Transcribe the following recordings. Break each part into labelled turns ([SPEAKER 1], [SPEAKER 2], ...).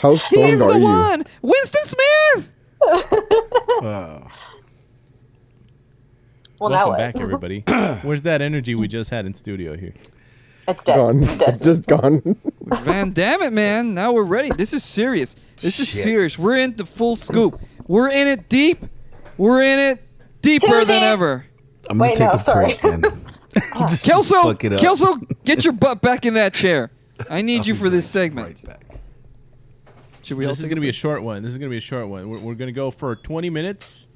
[SPEAKER 1] How stoned
[SPEAKER 2] He's
[SPEAKER 1] are
[SPEAKER 2] the
[SPEAKER 1] you?
[SPEAKER 2] one. Winston Smith.
[SPEAKER 3] Oh.
[SPEAKER 4] Well,
[SPEAKER 3] Welcome
[SPEAKER 4] that
[SPEAKER 3] back,
[SPEAKER 4] was.
[SPEAKER 3] everybody. Where's that energy we just had in studio here?
[SPEAKER 4] It's dead.
[SPEAKER 1] Gone.
[SPEAKER 4] It's dead.
[SPEAKER 1] It's just gone.
[SPEAKER 2] Van damn it, man. Now we're ready. This is serious. This is serious. We're in the full scoop. We're in it deep. We're in it deeper
[SPEAKER 4] Tune
[SPEAKER 2] than
[SPEAKER 4] in.
[SPEAKER 2] ever.
[SPEAKER 5] I'm gonna
[SPEAKER 4] Wait,
[SPEAKER 5] take
[SPEAKER 4] no,
[SPEAKER 5] a
[SPEAKER 4] sorry.
[SPEAKER 5] break then.
[SPEAKER 2] Kelso,
[SPEAKER 5] Fuck it up.
[SPEAKER 2] Kelso, get your butt back in that chair. I need you for this segment.
[SPEAKER 5] Right back.
[SPEAKER 2] Should we all
[SPEAKER 3] This is
[SPEAKER 2] take
[SPEAKER 3] going
[SPEAKER 2] a
[SPEAKER 3] to be a
[SPEAKER 2] break?
[SPEAKER 3] short one. This is going to be a short one. We're, we're going to go for 20 minutes.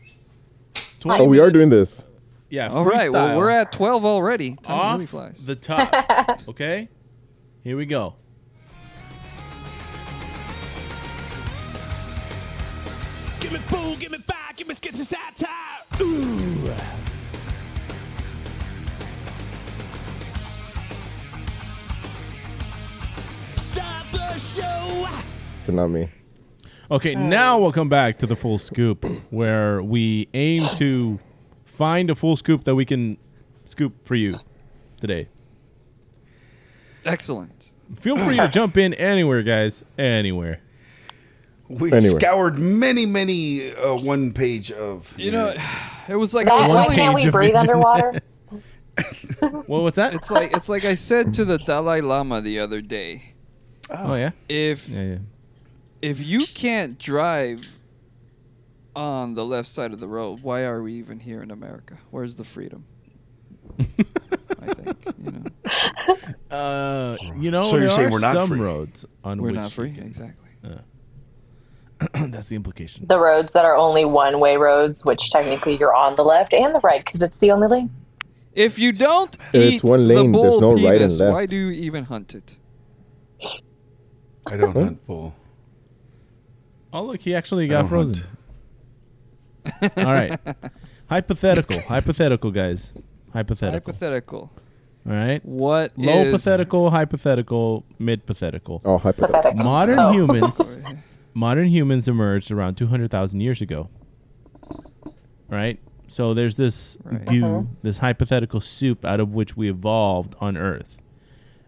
[SPEAKER 3] 20
[SPEAKER 1] Oh, we are
[SPEAKER 3] minutes.
[SPEAKER 1] doing this.
[SPEAKER 3] Yeah.
[SPEAKER 2] All right. Well,
[SPEAKER 3] freestyle.
[SPEAKER 2] we're at 12 already. Time
[SPEAKER 3] off
[SPEAKER 2] really flies.
[SPEAKER 3] the top. Okay? Here we go.
[SPEAKER 6] Give me bull, give me fire, give me schizotype. Ooh. Start the show.
[SPEAKER 1] It's not me.
[SPEAKER 3] Okay, now we'll come back to the full scoop where we aim to find a full scoop that we can scoop for you today.
[SPEAKER 2] Excellent.
[SPEAKER 3] Feel free to jump in anywhere, guys. Anywhere.
[SPEAKER 7] We
[SPEAKER 1] Anyway.
[SPEAKER 7] scoured many, many uh, one page of.
[SPEAKER 2] You know, it was like I was
[SPEAKER 4] That,
[SPEAKER 3] One
[SPEAKER 4] why
[SPEAKER 2] telling
[SPEAKER 4] can't
[SPEAKER 3] page
[SPEAKER 4] we
[SPEAKER 3] of
[SPEAKER 4] breathe
[SPEAKER 3] it.
[SPEAKER 4] underwater?
[SPEAKER 3] Well, what's that?
[SPEAKER 2] It's like it's like I said to the Dalai Lama the other day. uh,
[SPEAKER 3] oh, yeah.
[SPEAKER 2] If
[SPEAKER 3] Yeah, yeah.
[SPEAKER 2] if you can't drive on the left side of the road, why are we even here in America? Where's the freedom? I think you know
[SPEAKER 3] Uh, you know,
[SPEAKER 7] So you're
[SPEAKER 3] there
[SPEAKER 7] saying
[SPEAKER 3] are
[SPEAKER 7] we're not
[SPEAKER 3] some
[SPEAKER 7] free?
[SPEAKER 3] roads on
[SPEAKER 2] we're
[SPEAKER 3] which
[SPEAKER 2] not
[SPEAKER 3] you
[SPEAKER 2] free.
[SPEAKER 3] can-
[SPEAKER 2] Exactly.
[SPEAKER 3] That's the implication.
[SPEAKER 4] the roads that are only one-way roads, which technically you're on the left and the right because it's the only lane.
[SPEAKER 2] If you don't
[SPEAKER 1] It's
[SPEAKER 2] eat
[SPEAKER 1] one lane,
[SPEAKER 2] the
[SPEAKER 1] there's
[SPEAKER 2] bull
[SPEAKER 1] no
[SPEAKER 2] penis,
[SPEAKER 1] right and
[SPEAKER 2] why
[SPEAKER 1] left.
[SPEAKER 2] do you even hunt it?
[SPEAKER 7] I don't hunt bull.
[SPEAKER 3] Oh, look, he actually
[SPEAKER 7] I
[SPEAKER 3] got
[SPEAKER 7] don't
[SPEAKER 3] frozen. All right. Hypothetical. Hypothetical, guys. Hypothetical.
[SPEAKER 2] Hypothetical.
[SPEAKER 3] All right.
[SPEAKER 2] What
[SPEAKER 3] Low
[SPEAKER 2] is-
[SPEAKER 3] pathetical, hypothetical, mid pathetical.
[SPEAKER 1] Oh, hypothetical.
[SPEAKER 4] Pathetic.
[SPEAKER 3] Modern
[SPEAKER 4] Oh.
[SPEAKER 3] humans, modern humans emerged around 200,000 years ago. Right? So there's this
[SPEAKER 2] Right.
[SPEAKER 3] goo, this hypothetical soup out of which we evolved on Earth.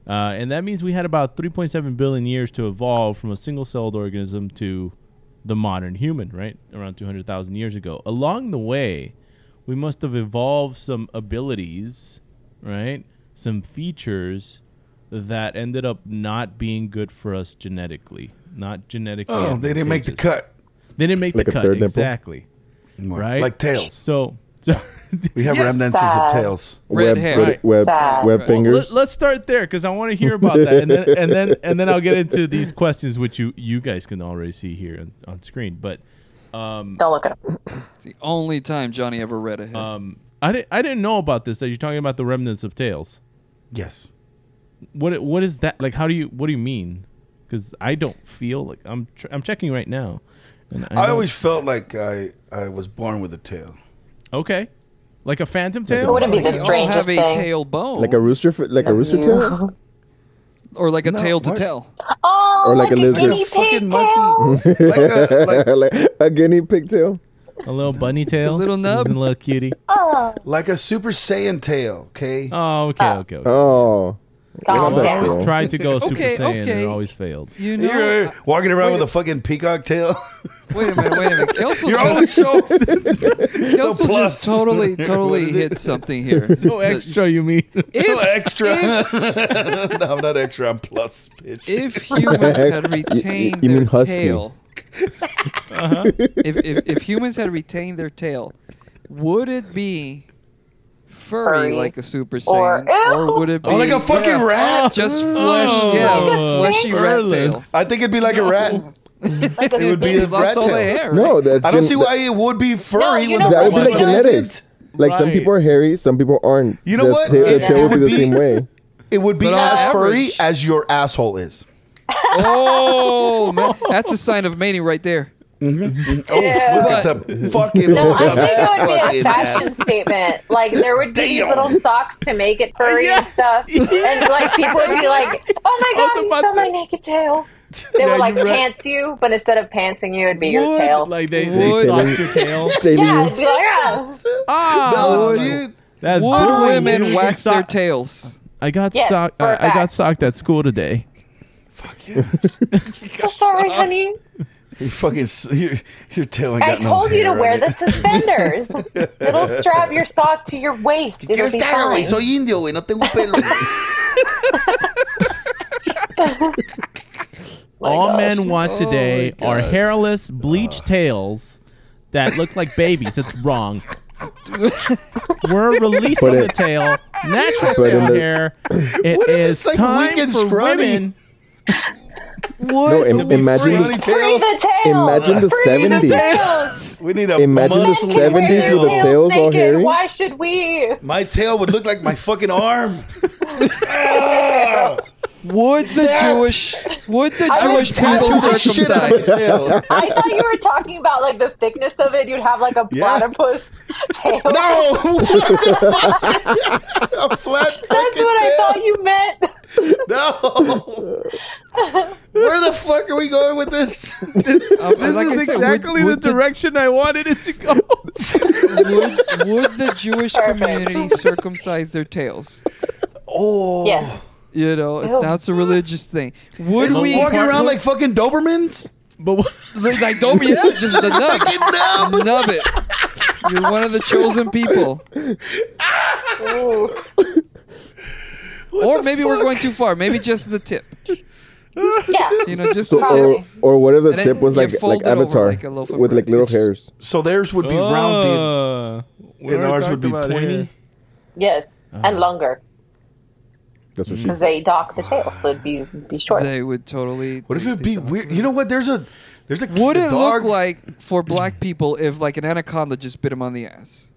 [SPEAKER 3] Uh, and that means we had about 3.7 billion years to evolve from a single celled organism to the modern human, right? Around 200,000 years ago. Along the way, we must have evolved some abilities, right? Some features that ended up not being good for us genetically. Not genetically.
[SPEAKER 7] Oh, they didn't make the
[SPEAKER 3] advantageous.
[SPEAKER 7] cut.
[SPEAKER 3] They didn't make
[SPEAKER 1] Like
[SPEAKER 3] the
[SPEAKER 1] a
[SPEAKER 3] cut.
[SPEAKER 1] third nipple?
[SPEAKER 3] exactly. Right?
[SPEAKER 7] Like tails.
[SPEAKER 3] So, so
[SPEAKER 7] We have
[SPEAKER 2] Yes,
[SPEAKER 7] remnants
[SPEAKER 4] sad.
[SPEAKER 7] of tails.
[SPEAKER 2] Red
[SPEAKER 1] web,
[SPEAKER 2] hair.
[SPEAKER 1] web-
[SPEAKER 2] Right.
[SPEAKER 1] web,
[SPEAKER 4] Sad.
[SPEAKER 1] web
[SPEAKER 2] Right.
[SPEAKER 1] fingers.
[SPEAKER 3] Let, us start there because I want to hear about that, and then and then and then I'll get into these questions, which you you guys can already see here on, on screen. But
[SPEAKER 4] Don't look at them.
[SPEAKER 2] It's the only time Johnny ever read ahead.
[SPEAKER 3] um, I didn't I didn't know about this. That you're talking about the remnants of tails.
[SPEAKER 7] Yes.
[SPEAKER 3] What what is that like? How do you what do you mean? Because I don't feel like I'm tr- I'm checking right now. And
[SPEAKER 7] I
[SPEAKER 3] don't-
[SPEAKER 7] always felt like I, I was born with a tail.
[SPEAKER 3] okay, like a phantom tail.
[SPEAKER 4] It wouldn't be
[SPEAKER 2] We
[SPEAKER 4] the
[SPEAKER 2] all have
[SPEAKER 4] strangest
[SPEAKER 2] a
[SPEAKER 4] thing.
[SPEAKER 2] tail bone,
[SPEAKER 1] like a rooster, f- like a rooster tail.
[SPEAKER 2] or like a
[SPEAKER 7] No,
[SPEAKER 2] tail to
[SPEAKER 7] what?
[SPEAKER 2] tail.
[SPEAKER 4] Oh,
[SPEAKER 1] Or like a
[SPEAKER 4] a
[SPEAKER 1] lizard.
[SPEAKER 4] guinea pig tail.
[SPEAKER 7] Like a, like,
[SPEAKER 1] like a guinea pig tail.
[SPEAKER 3] a little bunny tail,
[SPEAKER 2] little nub?
[SPEAKER 3] Isn't it a little cutie.
[SPEAKER 4] Oh,
[SPEAKER 7] like a Super Saiyan tail, okay?
[SPEAKER 2] Uh,
[SPEAKER 3] Oh, okay, okay. okay.
[SPEAKER 1] Oh,
[SPEAKER 4] God,
[SPEAKER 1] that
[SPEAKER 3] I
[SPEAKER 4] yeah.
[SPEAKER 1] was-
[SPEAKER 3] always tried to go Super
[SPEAKER 2] Oh. Okay,
[SPEAKER 3] Saiyan and
[SPEAKER 2] okay.
[SPEAKER 3] it always failed.
[SPEAKER 2] You know.
[SPEAKER 7] You're walking around
[SPEAKER 2] wait
[SPEAKER 7] with
[SPEAKER 2] a-
[SPEAKER 7] a fucking peacock tail.
[SPEAKER 2] Wait a minute. Wait a minute. Kelso
[SPEAKER 7] You're
[SPEAKER 2] just,
[SPEAKER 7] always so.
[SPEAKER 2] Kelso
[SPEAKER 7] plus.
[SPEAKER 2] just totally, totally
[SPEAKER 7] What is it?
[SPEAKER 2] hit something here.
[SPEAKER 3] So extra, you mean?
[SPEAKER 2] If,
[SPEAKER 7] So extra.
[SPEAKER 2] If,
[SPEAKER 7] no, I'm not extra. I'm plus, bitch.
[SPEAKER 2] if humans had retained
[SPEAKER 1] you
[SPEAKER 2] their
[SPEAKER 1] mean husky.
[SPEAKER 2] tail, if, if if humans had retained their tail, would it be furry,
[SPEAKER 4] Furry.
[SPEAKER 2] like a Super
[SPEAKER 4] Or-
[SPEAKER 2] Saiyan, or would it be
[SPEAKER 7] oh, like a fucking
[SPEAKER 2] yeah,
[SPEAKER 7] rat.
[SPEAKER 2] Just flesh, yeah,
[SPEAKER 4] Like a
[SPEAKER 2] fleshy
[SPEAKER 4] snake.
[SPEAKER 2] rat tail.
[SPEAKER 7] I think it'd be like a rat.
[SPEAKER 4] Like a
[SPEAKER 7] It would be
[SPEAKER 2] They
[SPEAKER 7] a
[SPEAKER 4] snake.
[SPEAKER 2] lost
[SPEAKER 7] rat
[SPEAKER 2] all their
[SPEAKER 7] tail.
[SPEAKER 2] hair.
[SPEAKER 1] no,
[SPEAKER 2] right?
[SPEAKER 1] that's
[SPEAKER 7] I don't
[SPEAKER 1] gen-
[SPEAKER 7] see why it would be furry.
[SPEAKER 4] you
[SPEAKER 7] when
[SPEAKER 4] know
[SPEAKER 7] the
[SPEAKER 1] That would
[SPEAKER 7] rat
[SPEAKER 1] be like
[SPEAKER 7] doesn't.
[SPEAKER 1] genetics. Like some
[SPEAKER 3] Right.
[SPEAKER 1] people are hairy, some people aren't.
[SPEAKER 7] You know
[SPEAKER 1] the,
[SPEAKER 7] what?
[SPEAKER 1] The, the
[SPEAKER 7] It-
[SPEAKER 1] tail
[SPEAKER 7] it
[SPEAKER 1] would be
[SPEAKER 7] would
[SPEAKER 1] the same
[SPEAKER 7] be-
[SPEAKER 1] way.
[SPEAKER 7] It would be
[SPEAKER 2] But on
[SPEAKER 7] as furry
[SPEAKER 2] average-
[SPEAKER 7] as your asshole is.
[SPEAKER 2] Oh, man, that's a sign of mating right there.
[SPEAKER 7] Oh, look at
[SPEAKER 2] But-
[SPEAKER 7] the fucking.
[SPEAKER 4] No, I think it would be
[SPEAKER 7] fucking
[SPEAKER 4] a
[SPEAKER 7] ass.
[SPEAKER 4] fashion statement. Like there would be these
[SPEAKER 7] Damn.
[SPEAKER 4] little socks to make it furry and stuff, and like people would be like, "Oh my
[SPEAKER 3] I was
[SPEAKER 4] god, you
[SPEAKER 3] about
[SPEAKER 4] saw
[SPEAKER 3] to-
[SPEAKER 4] my naked tail." They
[SPEAKER 3] Yeah,
[SPEAKER 4] would like
[SPEAKER 3] you're right.
[SPEAKER 4] pants you, but instead of pantsing you, it'd be your
[SPEAKER 3] Would,
[SPEAKER 4] tail.
[SPEAKER 3] Like they, they
[SPEAKER 2] Would.
[SPEAKER 3] sucked your tail.
[SPEAKER 1] Saline.
[SPEAKER 4] yeah, it'd be like, "Ah."
[SPEAKER 3] Ah,
[SPEAKER 7] No, Oh, dude.
[SPEAKER 3] that's
[SPEAKER 2] Would
[SPEAKER 3] brutal.
[SPEAKER 2] women
[SPEAKER 3] You
[SPEAKER 2] wax
[SPEAKER 3] sock-
[SPEAKER 2] their tails?
[SPEAKER 3] I got
[SPEAKER 4] Yes,
[SPEAKER 3] socked.
[SPEAKER 4] for
[SPEAKER 3] I,
[SPEAKER 4] a
[SPEAKER 3] I got
[SPEAKER 4] fact.
[SPEAKER 3] socked at school today.
[SPEAKER 7] Fuck you.
[SPEAKER 4] so sorry, honey.
[SPEAKER 7] You fucking, s- your, your tail ain't
[SPEAKER 4] I
[SPEAKER 7] got no
[SPEAKER 4] told you to
[SPEAKER 7] hair
[SPEAKER 4] wear
[SPEAKER 7] on
[SPEAKER 4] the
[SPEAKER 7] it.
[SPEAKER 4] suspenders. It'll strap your sock to your waist. It'll be fine.
[SPEAKER 7] Soy indio, güey. No tengo pelo.
[SPEAKER 3] All
[SPEAKER 7] oh,
[SPEAKER 3] men want today are hairless, bleached tails that look like babies. It's wrong. We're releasing
[SPEAKER 1] But
[SPEAKER 3] the
[SPEAKER 1] it-
[SPEAKER 3] tail, natural
[SPEAKER 1] But in
[SPEAKER 3] tail
[SPEAKER 1] the-
[SPEAKER 3] hair. It
[SPEAKER 7] What if
[SPEAKER 3] is
[SPEAKER 7] it's like
[SPEAKER 3] time
[SPEAKER 7] weak and
[SPEAKER 3] for
[SPEAKER 7] scrawny?
[SPEAKER 3] women.
[SPEAKER 1] No, im- imagine
[SPEAKER 7] Funny
[SPEAKER 1] the,
[SPEAKER 4] Free
[SPEAKER 7] tail.
[SPEAKER 4] the tail.
[SPEAKER 1] imagine the
[SPEAKER 4] Free
[SPEAKER 1] seventies.
[SPEAKER 4] tails.
[SPEAKER 7] We need a
[SPEAKER 1] Imagine the
[SPEAKER 7] muscle.
[SPEAKER 4] Men can wear
[SPEAKER 1] 70s
[SPEAKER 4] their
[SPEAKER 1] with the
[SPEAKER 4] tails
[SPEAKER 1] tails all
[SPEAKER 4] naked.
[SPEAKER 1] hairy?
[SPEAKER 4] Why should we?
[SPEAKER 7] My tail would look like my fucking arm.
[SPEAKER 2] Would the Jewish would the
[SPEAKER 4] I was
[SPEAKER 2] Jewish people
[SPEAKER 7] Tattoo the shit out of my
[SPEAKER 2] circumcise?
[SPEAKER 7] tail.
[SPEAKER 4] I thought you were talking about like the thickness of it. You'd have like a
[SPEAKER 7] Yeah.
[SPEAKER 4] platypus tail.
[SPEAKER 7] No! What the fuck? a flat
[SPEAKER 4] That's
[SPEAKER 7] fucking
[SPEAKER 4] what I
[SPEAKER 7] tail.
[SPEAKER 4] thought you meant.
[SPEAKER 7] No. Where the fuck are we going with this?
[SPEAKER 2] Um, like I said, would- would the-
[SPEAKER 3] direction I wanted it to go.
[SPEAKER 2] would, would the Jewish
[SPEAKER 4] Perfect.
[SPEAKER 2] community circumcise their tails?
[SPEAKER 7] Oh.
[SPEAKER 4] Yes.
[SPEAKER 2] You know, it's
[SPEAKER 4] Ew.
[SPEAKER 2] now it's a religious thing. Would we
[SPEAKER 7] Walking around
[SPEAKER 2] would-
[SPEAKER 7] like fucking Dobermans?
[SPEAKER 3] but what-
[SPEAKER 2] like, like don't be yeah, just the nub,
[SPEAKER 7] No.
[SPEAKER 2] nub it. You're one of the chosen people.
[SPEAKER 4] Ooh.
[SPEAKER 2] or maybe we're going too far. Maybe just the tip.
[SPEAKER 4] Yeah.
[SPEAKER 2] You know, just
[SPEAKER 1] So,
[SPEAKER 2] the tip.
[SPEAKER 1] or, or what if the
[SPEAKER 2] And it-
[SPEAKER 1] tip was
[SPEAKER 2] you
[SPEAKER 1] like
[SPEAKER 2] fold
[SPEAKER 1] like
[SPEAKER 2] it over
[SPEAKER 1] Avatar
[SPEAKER 2] like a loaf of
[SPEAKER 1] with like
[SPEAKER 2] bread.
[SPEAKER 1] little
[SPEAKER 2] It's-
[SPEAKER 1] hairs?
[SPEAKER 7] So theirs would be rounded,
[SPEAKER 3] Uh, we
[SPEAKER 7] and
[SPEAKER 3] already
[SPEAKER 7] ours would
[SPEAKER 3] talked
[SPEAKER 7] be
[SPEAKER 3] about
[SPEAKER 7] pointy.
[SPEAKER 3] hair.
[SPEAKER 4] Yes.
[SPEAKER 3] Oh.
[SPEAKER 4] And longer
[SPEAKER 1] That's what she
[SPEAKER 4] because
[SPEAKER 1] said.
[SPEAKER 4] they dock the tail, so it'd be be short.
[SPEAKER 2] They would totally.
[SPEAKER 7] What if
[SPEAKER 2] they-
[SPEAKER 7] it'd
[SPEAKER 2] they
[SPEAKER 7] be
[SPEAKER 2] don't.
[SPEAKER 7] weird? You know what? There's a there's a
[SPEAKER 2] Would
[SPEAKER 7] a
[SPEAKER 2] it
[SPEAKER 7] dog-
[SPEAKER 2] look like for black people if like an anaconda just bit him on the ass?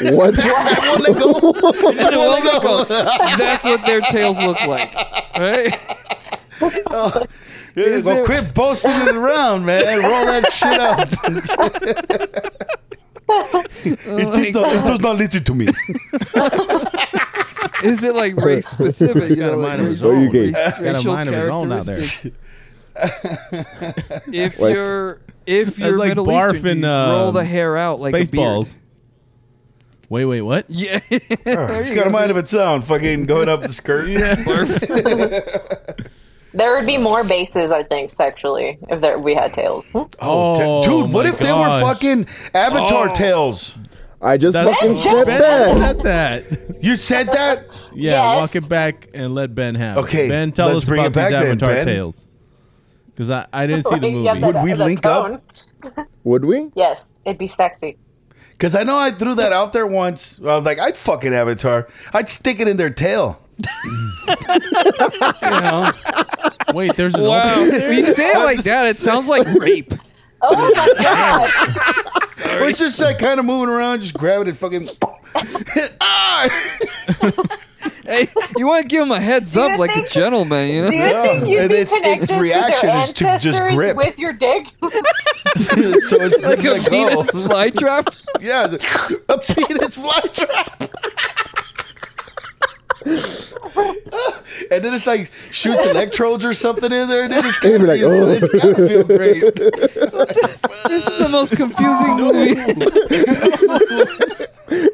[SPEAKER 1] What?
[SPEAKER 7] I won't let go. I
[SPEAKER 2] Well,
[SPEAKER 7] won't let go.
[SPEAKER 2] look, That's what their tails look like, right?
[SPEAKER 7] Yeah, well,
[SPEAKER 2] it-
[SPEAKER 7] quit boasting it around, man. Roll that shit up. it, did not, it does not listen to me.
[SPEAKER 2] Is it like race specific? You
[SPEAKER 3] Got a
[SPEAKER 2] know, like
[SPEAKER 3] mind of his
[SPEAKER 2] race-
[SPEAKER 1] own. Oh, you gay.
[SPEAKER 2] race-
[SPEAKER 3] Got a
[SPEAKER 2] racial
[SPEAKER 3] mind of his own out there.
[SPEAKER 2] characteristics? If
[SPEAKER 1] Like-
[SPEAKER 2] you're if you're
[SPEAKER 3] like
[SPEAKER 2] Middle
[SPEAKER 3] barf
[SPEAKER 2] Eastern,
[SPEAKER 3] in,
[SPEAKER 2] do you roll
[SPEAKER 3] um,
[SPEAKER 2] the hair out like a beard.
[SPEAKER 3] Spaceballs. Wait, wait, what?
[SPEAKER 2] Yeah,
[SPEAKER 7] It's got a mind of its own. Fucking going up the skirt.
[SPEAKER 2] barf.
[SPEAKER 4] There would be more bases, I think, sexually, if there, we had tails.
[SPEAKER 3] Oh,
[SPEAKER 7] te- dude, what
[SPEAKER 3] my
[SPEAKER 7] if they were
[SPEAKER 3] gosh.
[SPEAKER 7] fucking avatar
[SPEAKER 2] Oh.
[SPEAKER 7] tails?
[SPEAKER 1] I just
[SPEAKER 3] That-
[SPEAKER 1] fucking
[SPEAKER 4] Ben
[SPEAKER 1] said
[SPEAKER 4] Ben
[SPEAKER 1] that.
[SPEAKER 3] said that.
[SPEAKER 7] You said that?
[SPEAKER 3] Yeah,
[SPEAKER 4] Yes.
[SPEAKER 3] walk it back and let Ben have. it.
[SPEAKER 7] Okay,
[SPEAKER 3] Ben, tell
[SPEAKER 7] let's
[SPEAKER 3] us
[SPEAKER 7] bring
[SPEAKER 3] about
[SPEAKER 7] it back
[SPEAKER 3] these
[SPEAKER 7] then,
[SPEAKER 3] Avatar
[SPEAKER 7] Ben.
[SPEAKER 3] tales. Because I, I didn't see the
[SPEAKER 4] Like, yeah,
[SPEAKER 3] movie.
[SPEAKER 4] that-
[SPEAKER 7] Would we
[SPEAKER 4] that
[SPEAKER 7] link up?
[SPEAKER 4] tone.
[SPEAKER 1] Would we?
[SPEAKER 4] Yes, it'd be sexy.
[SPEAKER 7] Because I know I threw that out there once. I was like, I'd fucking avatar. I'd stick it in their tail.
[SPEAKER 3] Wait, there's an
[SPEAKER 2] Wow,
[SPEAKER 3] opening.
[SPEAKER 2] when you say it like that, it sounds like rape.
[SPEAKER 4] Oh my god!
[SPEAKER 7] Or it's just like kind of moving around, just grabbing it, fucking. ah!
[SPEAKER 2] Hey, you want to give him a heads
[SPEAKER 4] you
[SPEAKER 2] up like a
[SPEAKER 4] think-
[SPEAKER 2] gentleman, you know?
[SPEAKER 4] Do you
[SPEAKER 7] Yeah,
[SPEAKER 4] think you'd
[SPEAKER 7] and
[SPEAKER 4] be
[SPEAKER 7] its- its
[SPEAKER 4] connected to their
[SPEAKER 7] reaction is to just
[SPEAKER 4] ancestors
[SPEAKER 7] grip.
[SPEAKER 4] with your dick?
[SPEAKER 7] so it's like,
[SPEAKER 2] like a
[SPEAKER 7] like,
[SPEAKER 2] penis
[SPEAKER 7] oh.
[SPEAKER 2] fly trap.
[SPEAKER 7] Yeah, it's like, a penis fly trap. and then it's like shoots electrodes or something in there. And then it's
[SPEAKER 1] And
[SPEAKER 7] gonna
[SPEAKER 1] you'd be like, oh.
[SPEAKER 7] it's gotta feel great.
[SPEAKER 2] This is the most confusing movie.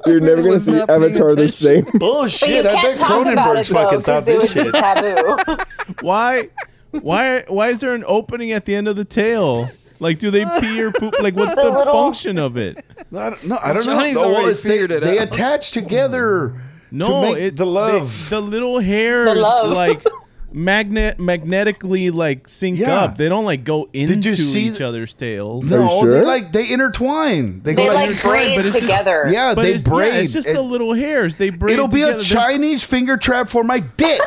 [SPEAKER 1] You're never gonna
[SPEAKER 2] was
[SPEAKER 1] see
[SPEAKER 2] not paying
[SPEAKER 1] Avatar the same.
[SPEAKER 4] But you
[SPEAKER 7] Bullshit! I bet
[SPEAKER 4] can't talk about it
[SPEAKER 7] Cronenberg's
[SPEAKER 4] though,
[SPEAKER 7] fucking
[SPEAKER 4] 'cause
[SPEAKER 7] thought
[SPEAKER 4] it would
[SPEAKER 7] this
[SPEAKER 4] be
[SPEAKER 7] shit.
[SPEAKER 4] taboo.
[SPEAKER 3] Why, why, why is there an opening at the end of the tail? Like, do they pee or poop? Like, what's the
[SPEAKER 4] little-
[SPEAKER 3] function of it?
[SPEAKER 7] No, I don't, no, I don't
[SPEAKER 2] Johnny's
[SPEAKER 7] know. No,
[SPEAKER 2] already
[SPEAKER 7] it's-
[SPEAKER 2] figured
[SPEAKER 7] they,
[SPEAKER 2] it
[SPEAKER 7] They
[SPEAKER 2] out.
[SPEAKER 7] attach together.
[SPEAKER 3] No,
[SPEAKER 7] make
[SPEAKER 3] it,
[SPEAKER 7] the
[SPEAKER 3] they-
[SPEAKER 7] love.
[SPEAKER 3] the little hairs,
[SPEAKER 4] love.
[SPEAKER 3] like magnet, magnetically, like sync
[SPEAKER 7] Yeah.
[SPEAKER 3] up. They don't like go into
[SPEAKER 7] you see
[SPEAKER 3] each
[SPEAKER 7] th-
[SPEAKER 3] other's tails.
[SPEAKER 1] you
[SPEAKER 7] No, they
[SPEAKER 1] sure?
[SPEAKER 7] like they intertwine. They,
[SPEAKER 4] They
[SPEAKER 7] go
[SPEAKER 4] like
[SPEAKER 3] you're trying, but
[SPEAKER 4] braid
[SPEAKER 3] it's just-
[SPEAKER 4] together.
[SPEAKER 7] yeah,
[SPEAKER 3] But
[SPEAKER 7] they
[SPEAKER 3] it's,
[SPEAKER 7] braid.
[SPEAKER 3] Yeah, it's just
[SPEAKER 7] It-
[SPEAKER 3] the little hairs. They braid.
[SPEAKER 7] It'll be
[SPEAKER 3] together.
[SPEAKER 7] a
[SPEAKER 3] There's-
[SPEAKER 7] Chinese finger trap for my dick.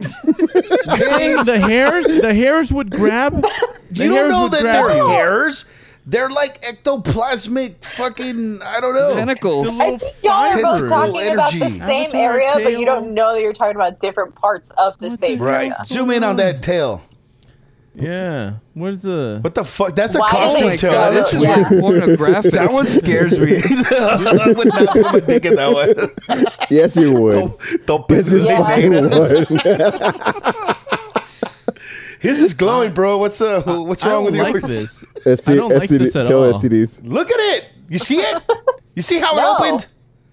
[SPEAKER 3] saying the hairs the hairs would grab the
[SPEAKER 7] you don't
[SPEAKER 3] hairs
[SPEAKER 7] know
[SPEAKER 3] would
[SPEAKER 7] that
[SPEAKER 3] grab
[SPEAKER 7] they're
[SPEAKER 3] you.
[SPEAKER 7] hairs. They're like ectoplasmic fucking. I don't know.
[SPEAKER 2] Tentacles.
[SPEAKER 3] The
[SPEAKER 4] I think y'all are both
[SPEAKER 7] Tendrils,
[SPEAKER 4] talking about the
[SPEAKER 7] energy.
[SPEAKER 4] same
[SPEAKER 3] Avatar
[SPEAKER 4] area, but
[SPEAKER 3] tail.
[SPEAKER 4] you don't know that you're talking about different parts of the
[SPEAKER 3] What
[SPEAKER 4] same
[SPEAKER 3] the
[SPEAKER 7] Right.
[SPEAKER 4] area.
[SPEAKER 7] Zoom in on that tail.
[SPEAKER 3] yeah where's the
[SPEAKER 7] What the fuck? That's a
[SPEAKER 4] Why is
[SPEAKER 2] Oh
[SPEAKER 7] costume
[SPEAKER 2] my
[SPEAKER 4] it
[SPEAKER 7] tail.
[SPEAKER 2] god,
[SPEAKER 4] that's
[SPEAKER 2] this is like
[SPEAKER 4] weird.
[SPEAKER 2] pornographic.
[SPEAKER 7] that one scares me. I would not put my dick in that one.
[SPEAKER 1] Yes, you would.
[SPEAKER 7] Don't, don't
[SPEAKER 1] Yes, you
[SPEAKER 7] his,
[SPEAKER 4] Yeah.
[SPEAKER 1] fucking would.
[SPEAKER 7] his is glowing, bro. What's uh? What's
[SPEAKER 3] I
[SPEAKER 7] wrong
[SPEAKER 3] don't
[SPEAKER 7] with
[SPEAKER 3] like
[SPEAKER 7] yours?
[SPEAKER 3] this
[SPEAKER 1] ST,
[SPEAKER 3] I don't like
[SPEAKER 1] STD
[SPEAKER 3] this at
[SPEAKER 1] tell
[SPEAKER 3] all.
[SPEAKER 1] STDs.
[SPEAKER 7] Look at it. You see it? You see how
[SPEAKER 4] No. Oh.
[SPEAKER 7] it opened?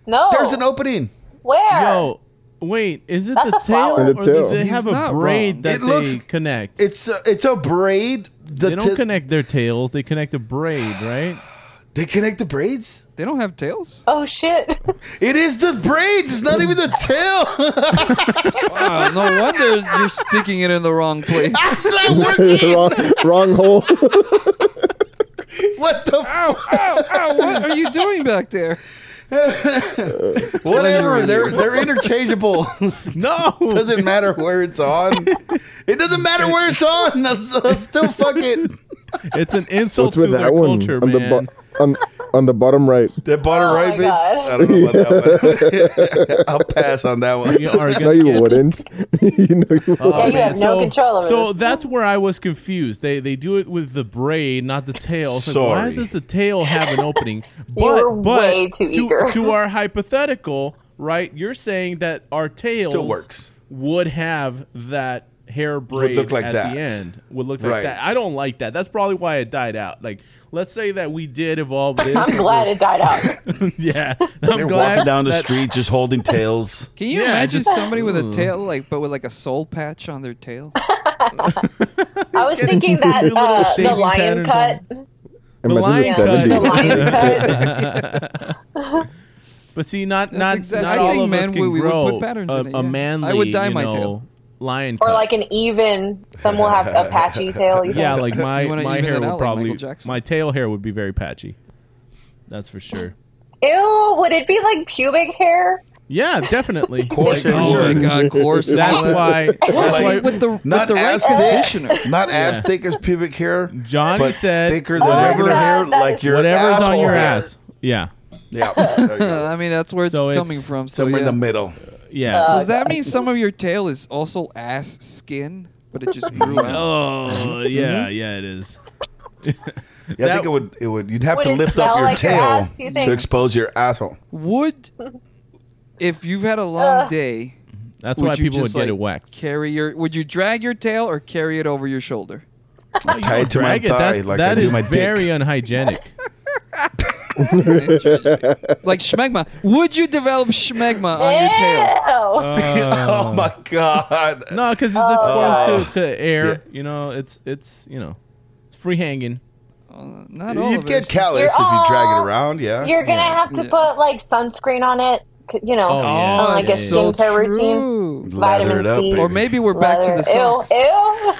[SPEAKER 4] No.
[SPEAKER 7] There's an opening.
[SPEAKER 4] Where?
[SPEAKER 3] yo Wait, is it
[SPEAKER 4] That's
[SPEAKER 3] the
[SPEAKER 4] a
[SPEAKER 3] tail,
[SPEAKER 4] flower.
[SPEAKER 1] And the
[SPEAKER 3] or
[SPEAKER 1] tail.
[SPEAKER 3] do they
[SPEAKER 2] He's
[SPEAKER 3] have a
[SPEAKER 2] not
[SPEAKER 3] braid
[SPEAKER 2] wrong.
[SPEAKER 3] that
[SPEAKER 7] It
[SPEAKER 3] they
[SPEAKER 7] looks-
[SPEAKER 3] connect?
[SPEAKER 7] It's a, it's a braid. The
[SPEAKER 3] they don't
[SPEAKER 7] ti-
[SPEAKER 3] connect their tails; they connect a braid, right?
[SPEAKER 7] They connect the braids.
[SPEAKER 2] They don't have tails.
[SPEAKER 4] Oh shit!
[SPEAKER 7] It is the braids. It's not even the tail.
[SPEAKER 2] Wow, no wonder you're sticking it in the wrong place.
[SPEAKER 1] wrong, wrong hole.
[SPEAKER 7] what the? F-
[SPEAKER 2] ow, ow, ow! What are you doing back there?
[SPEAKER 7] whatever.
[SPEAKER 2] Pleasure.
[SPEAKER 7] They're they're interchangeable.
[SPEAKER 3] No,
[SPEAKER 7] doesn't matter where it's on. It doesn't matter where it's on. That's, that's still fucking.
[SPEAKER 3] it's an insult
[SPEAKER 1] What's
[SPEAKER 3] to
[SPEAKER 1] with
[SPEAKER 3] their
[SPEAKER 1] that one
[SPEAKER 3] culture,
[SPEAKER 1] on
[SPEAKER 3] man.
[SPEAKER 1] the bo- on on the bottom right?
[SPEAKER 7] That bottom
[SPEAKER 4] Oh my
[SPEAKER 7] right, bitch.
[SPEAKER 4] God.
[SPEAKER 7] I don't know about that one. I'll pass on that one.
[SPEAKER 3] You are
[SPEAKER 1] No,
[SPEAKER 3] gonna
[SPEAKER 1] you
[SPEAKER 3] get-
[SPEAKER 1] wouldn't. you know you
[SPEAKER 3] Oh,
[SPEAKER 4] Yeah, you
[SPEAKER 1] wouldn't.
[SPEAKER 4] have no control over
[SPEAKER 3] So
[SPEAKER 4] this.
[SPEAKER 3] that's where I was confused. They they do it with the braid, not the tail. It's like,
[SPEAKER 7] Sorry.
[SPEAKER 3] why does the tail have an opening? But
[SPEAKER 4] were
[SPEAKER 3] but
[SPEAKER 4] way too
[SPEAKER 3] to,
[SPEAKER 4] eager.
[SPEAKER 3] to our hypothetical, right? You're saying that our tails
[SPEAKER 7] works.
[SPEAKER 3] would have that hair braid
[SPEAKER 7] look like
[SPEAKER 3] at
[SPEAKER 7] that.
[SPEAKER 3] the end. Would look like
[SPEAKER 7] Right.
[SPEAKER 3] that. I don't like that. That's probably why it died out. Like, let's say that we did evolve this.
[SPEAKER 4] I'm glad it died out.
[SPEAKER 3] yeah, I'm
[SPEAKER 6] They're
[SPEAKER 3] glad
[SPEAKER 6] walking down the
[SPEAKER 3] that-
[SPEAKER 6] street just holding tails.
[SPEAKER 2] Can you
[SPEAKER 3] Yeah,
[SPEAKER 2] imagine
[SPEAKER 3] just-
[SPEAKER 2] somebody with a tail, like, but with like a soul patch on their tail?
[SPEAKER 4] I was thinking that
[SPEAKER 3] Your little
[SPEAKER 4] uh, the
[SPEAKER 3] shaving
[SPEAKER 4] lion
[SPEAKER 3] patterns
[SPEAKER 4] cut,
[SPEAKER 1] Imagine
[SPEAKER 3] lion cut.
[SPEAKER 4] the
[SPEAKER 1] the
[SPEAKER 4] lion
[SPEAKER 1] seventies.
[SPEAKER 4] cut.
[SPEAKER 3] But see, not
[SPEAKER 2] That's
[SPEAKER 3] not
[SPEAKER 2] exact-
[SPEAKER 3] not
[SPEAKER 2] I
[SPEAKER 3] all
[SPEAKER 2] think
[SPEAKER 3] of us
[SPEAKER 2] men
[SPEAKER 3] can
[SPEAKER 2] would- we would
[SPEAKER 3] grow
[SPEAKER 2] put patterns
[SPEAKER 3] a,
[SPEAKER 2] in it,
[SPEAKER 3] a
[SPEAKER 2] yeah.
[SPEAKER 3] manly,
[SPEAKER 2] I would dye
[SPEAKER 3] you
[SPEAKER 2] my
[SPEAKER 3] know,
[SPEAKER 2] tail.
[SPEAKER 3] lion
[SPEAKER 4] or
[SPEAKER 3] cut.
[SPEAKER 4] like an even. Some will have a patchy tail. You
[SPEAKER 3] yeah,
[SPEAKER 4] think?
[SPEAKER 3] like my
[SPEAKER 2] You wanna
[SPEAKER 3] my
[SPEAKER 2] even
[SPEAKER 3] hair
[SPEAKER 2] it out
[SPEAKER 3] would
[SPEAKER 2] like
[SPEAKER 3] probably
[SPEAKER 2] Michael Jackson.
[SPEAKER 3] my tail hair would be very patchy. That's for sure.
[SPEAKER 4] Ew! Would it be like pubic hair?
[SPEAKER 3] Yeah, definitely. Of
[SPEAKER 7] course, for
[SPEAKER 2] oh
[SPEAKER 7] sure.
[SPEAKER 2] my god, course.
[SPEAKER 3] That's why. That's why
[SPEAKER 7] Like-
[SPEAKER 2] with the
[SPEAKER 7] Not
[SPEAKER 2] with the right
[SPEAKER 7] as thick.
[SPEAKER 2] conditioner.
[SPEAKER 7] Not as thick as pubic hair.
[SPEAKER 3] Johnny
[SPEAKER 7] but
[SPEAKER 3] said
[SPEAKER 7] thicker than
[SPEAKER 4] Oh my
[SPEAKER 7] regular
[SPEAKER 4] God,
[SPEAKER 7] hair,
[SPEAKER 4] that
[SPEAKER 7] like
[SPEAKER 4] is-
[SPEAKER 7] your
[SPEAKER 3] whatever's on
[SPEAKER 7] asshole
[SPEAKER 3] your
[SPEAKER 7] hair.
[SPEAKER 3] ass. Yeah,
[SPEAKER 7] Yeah, there you go.
[SPEAKER 2] I mean, that's where it's
[SPEAKER 3] So it's
[SPEAKER 2] coming from. So
[SPEAKER 7] somewhere
[SPEAKER 2] yeah.
[SPEAKER 7] in the middle.
[SPEAKER 3] yeah.
[SPEAKER 4] Uh,
[SPEAKER 2] Does that mean some of your tail is also ass skin, but it just grew out?
[SPEAKER 3] oh yeah, yeah, it is.
[SPEAKER 7] Yeah, I
[SPEAKER 3] That-
[SPEAKER 7] think it would. It would. You'd have
[SPEAKER 4] Would
[SPEAKER 7] to
[SPEAKER 4] it
[SPEAKER 7] lift
[SPEAKER 4] smell
[SPEAKER 7] up your
[SPEAKER 4] like your
[SPEAKER 7] tail
[SPEAKER 4] ass, you think?
[SPEAKER 7] to expose your asshole.
[SPEAKER 2] Would if you've had a long day,
[SPEAKER 3] That's
[SPEAKER 2] would
[SPEAKER 3] why
[SPEAKER 2] you
[SPEAKER 3] people would
[SPEAKER 2] just,
[SPEAKER 3] get
[SPEAKER 2] like,
[SPEAKER 3] it waxed.
[SPEAKER 2] Carry your. Would you drag your tail or carry it over your shoulder?
[SPEAKER 3] Oh, you
[SPEAKER 7] Tied
[SPEAKER 3] don't
[SPEAKER 7] to my
[SPEAKER 3] drag it.
[SPEAKER 7] thigh
[SPEAKER 3] That-
[SPEAKER 7] like I
[SPEAKER 3] that
[SPEAKER 7] do
[SPEAKER 3] is
[SPEAKER 7] my dick.
[SPEAKER 3] very unhygienic.
[SPEAKER 2] Like schmegma. Would you develop schmegma on your tail?
[SPEAKER 3] Uh,
[SPEAKER 4] Ew!
[SPEAKER 7] oh my god!
[SPEAKER 3] No, because it's exposed to, to air. You know, it's it's you know, it's free hanging.
[SPEAKER 2] Uh, Not all
[SPEAKER 7] You'd
[SPEAKER 2] of
[SPEAKER 7] get
[SPEAKER 2] it.
[SPEAKER 7] callus if
[SPEAKER 4] You're
[SPEAKER 7] you drag
[SPEAKER 4] all-
[SPEAKER 7] it around. Yeah.
[SPEAKER 4] You're gonna have to
[SPEAKER 2] Yeah.
[SPEAKER 4] put like sunscreen on it. c- You know,
[SPEAKER 3] Oh, yeah.
[SPEAKER 2] Oh,
[SPEAKER 4] on like a
[SPEAKER 3] Yeah,
[SPEAKER 2] it's
[SPEAKER 3] yeah,
[SPEAKER 2] so
[SPEAKER 4] skincare routine.
[SPEAKER 2] true.
[SPEAKER 7] Lather it
[SPEAKER 4] Vitamin
[SPEAKER 7] up,
[SPEAKER 4] C.
[SPEAKER 7] baby.
[SPEAKER 2] Or maybe we're back to
[SPEAKER 4] Leather.
[SPEAKER 2] the socks.
[SPEAKER 4] Ew! Ew!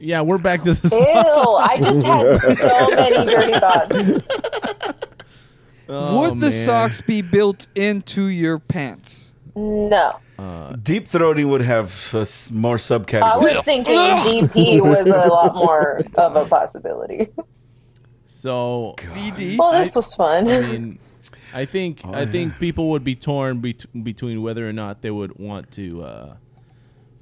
[SPEAKER 3] Yeah, we're back to the.
[SPEAKER 4] Ew!
[SPEAKER 3] song.
[SPEAKER 4] I just had so many dirty thoughts.
[SPEAKER 3] Oh,
[SPEAKER 2] Would the
[SPEAKER 3] man.
[SPEAKER 2] socks be built into your pants?
[SPEAKER 4] No.
[SPEAKER 7] deep throating would have uh, s- more
[SPEAKER 4] I
[SPEAKER 7] subcategories.
[SPEAKER 4] was thinking DP was a lot more of a possibility.
[SPEAKER 3] So
[SPEAKER 2] VD.
[SPEAKER 4] Well, this was fun.
[SPEAKER 3] I mean, I think
[SPEAKER 2] Oh,
[SPEAKER 3] I think people would be torn bet- between whether or not they would want to uh,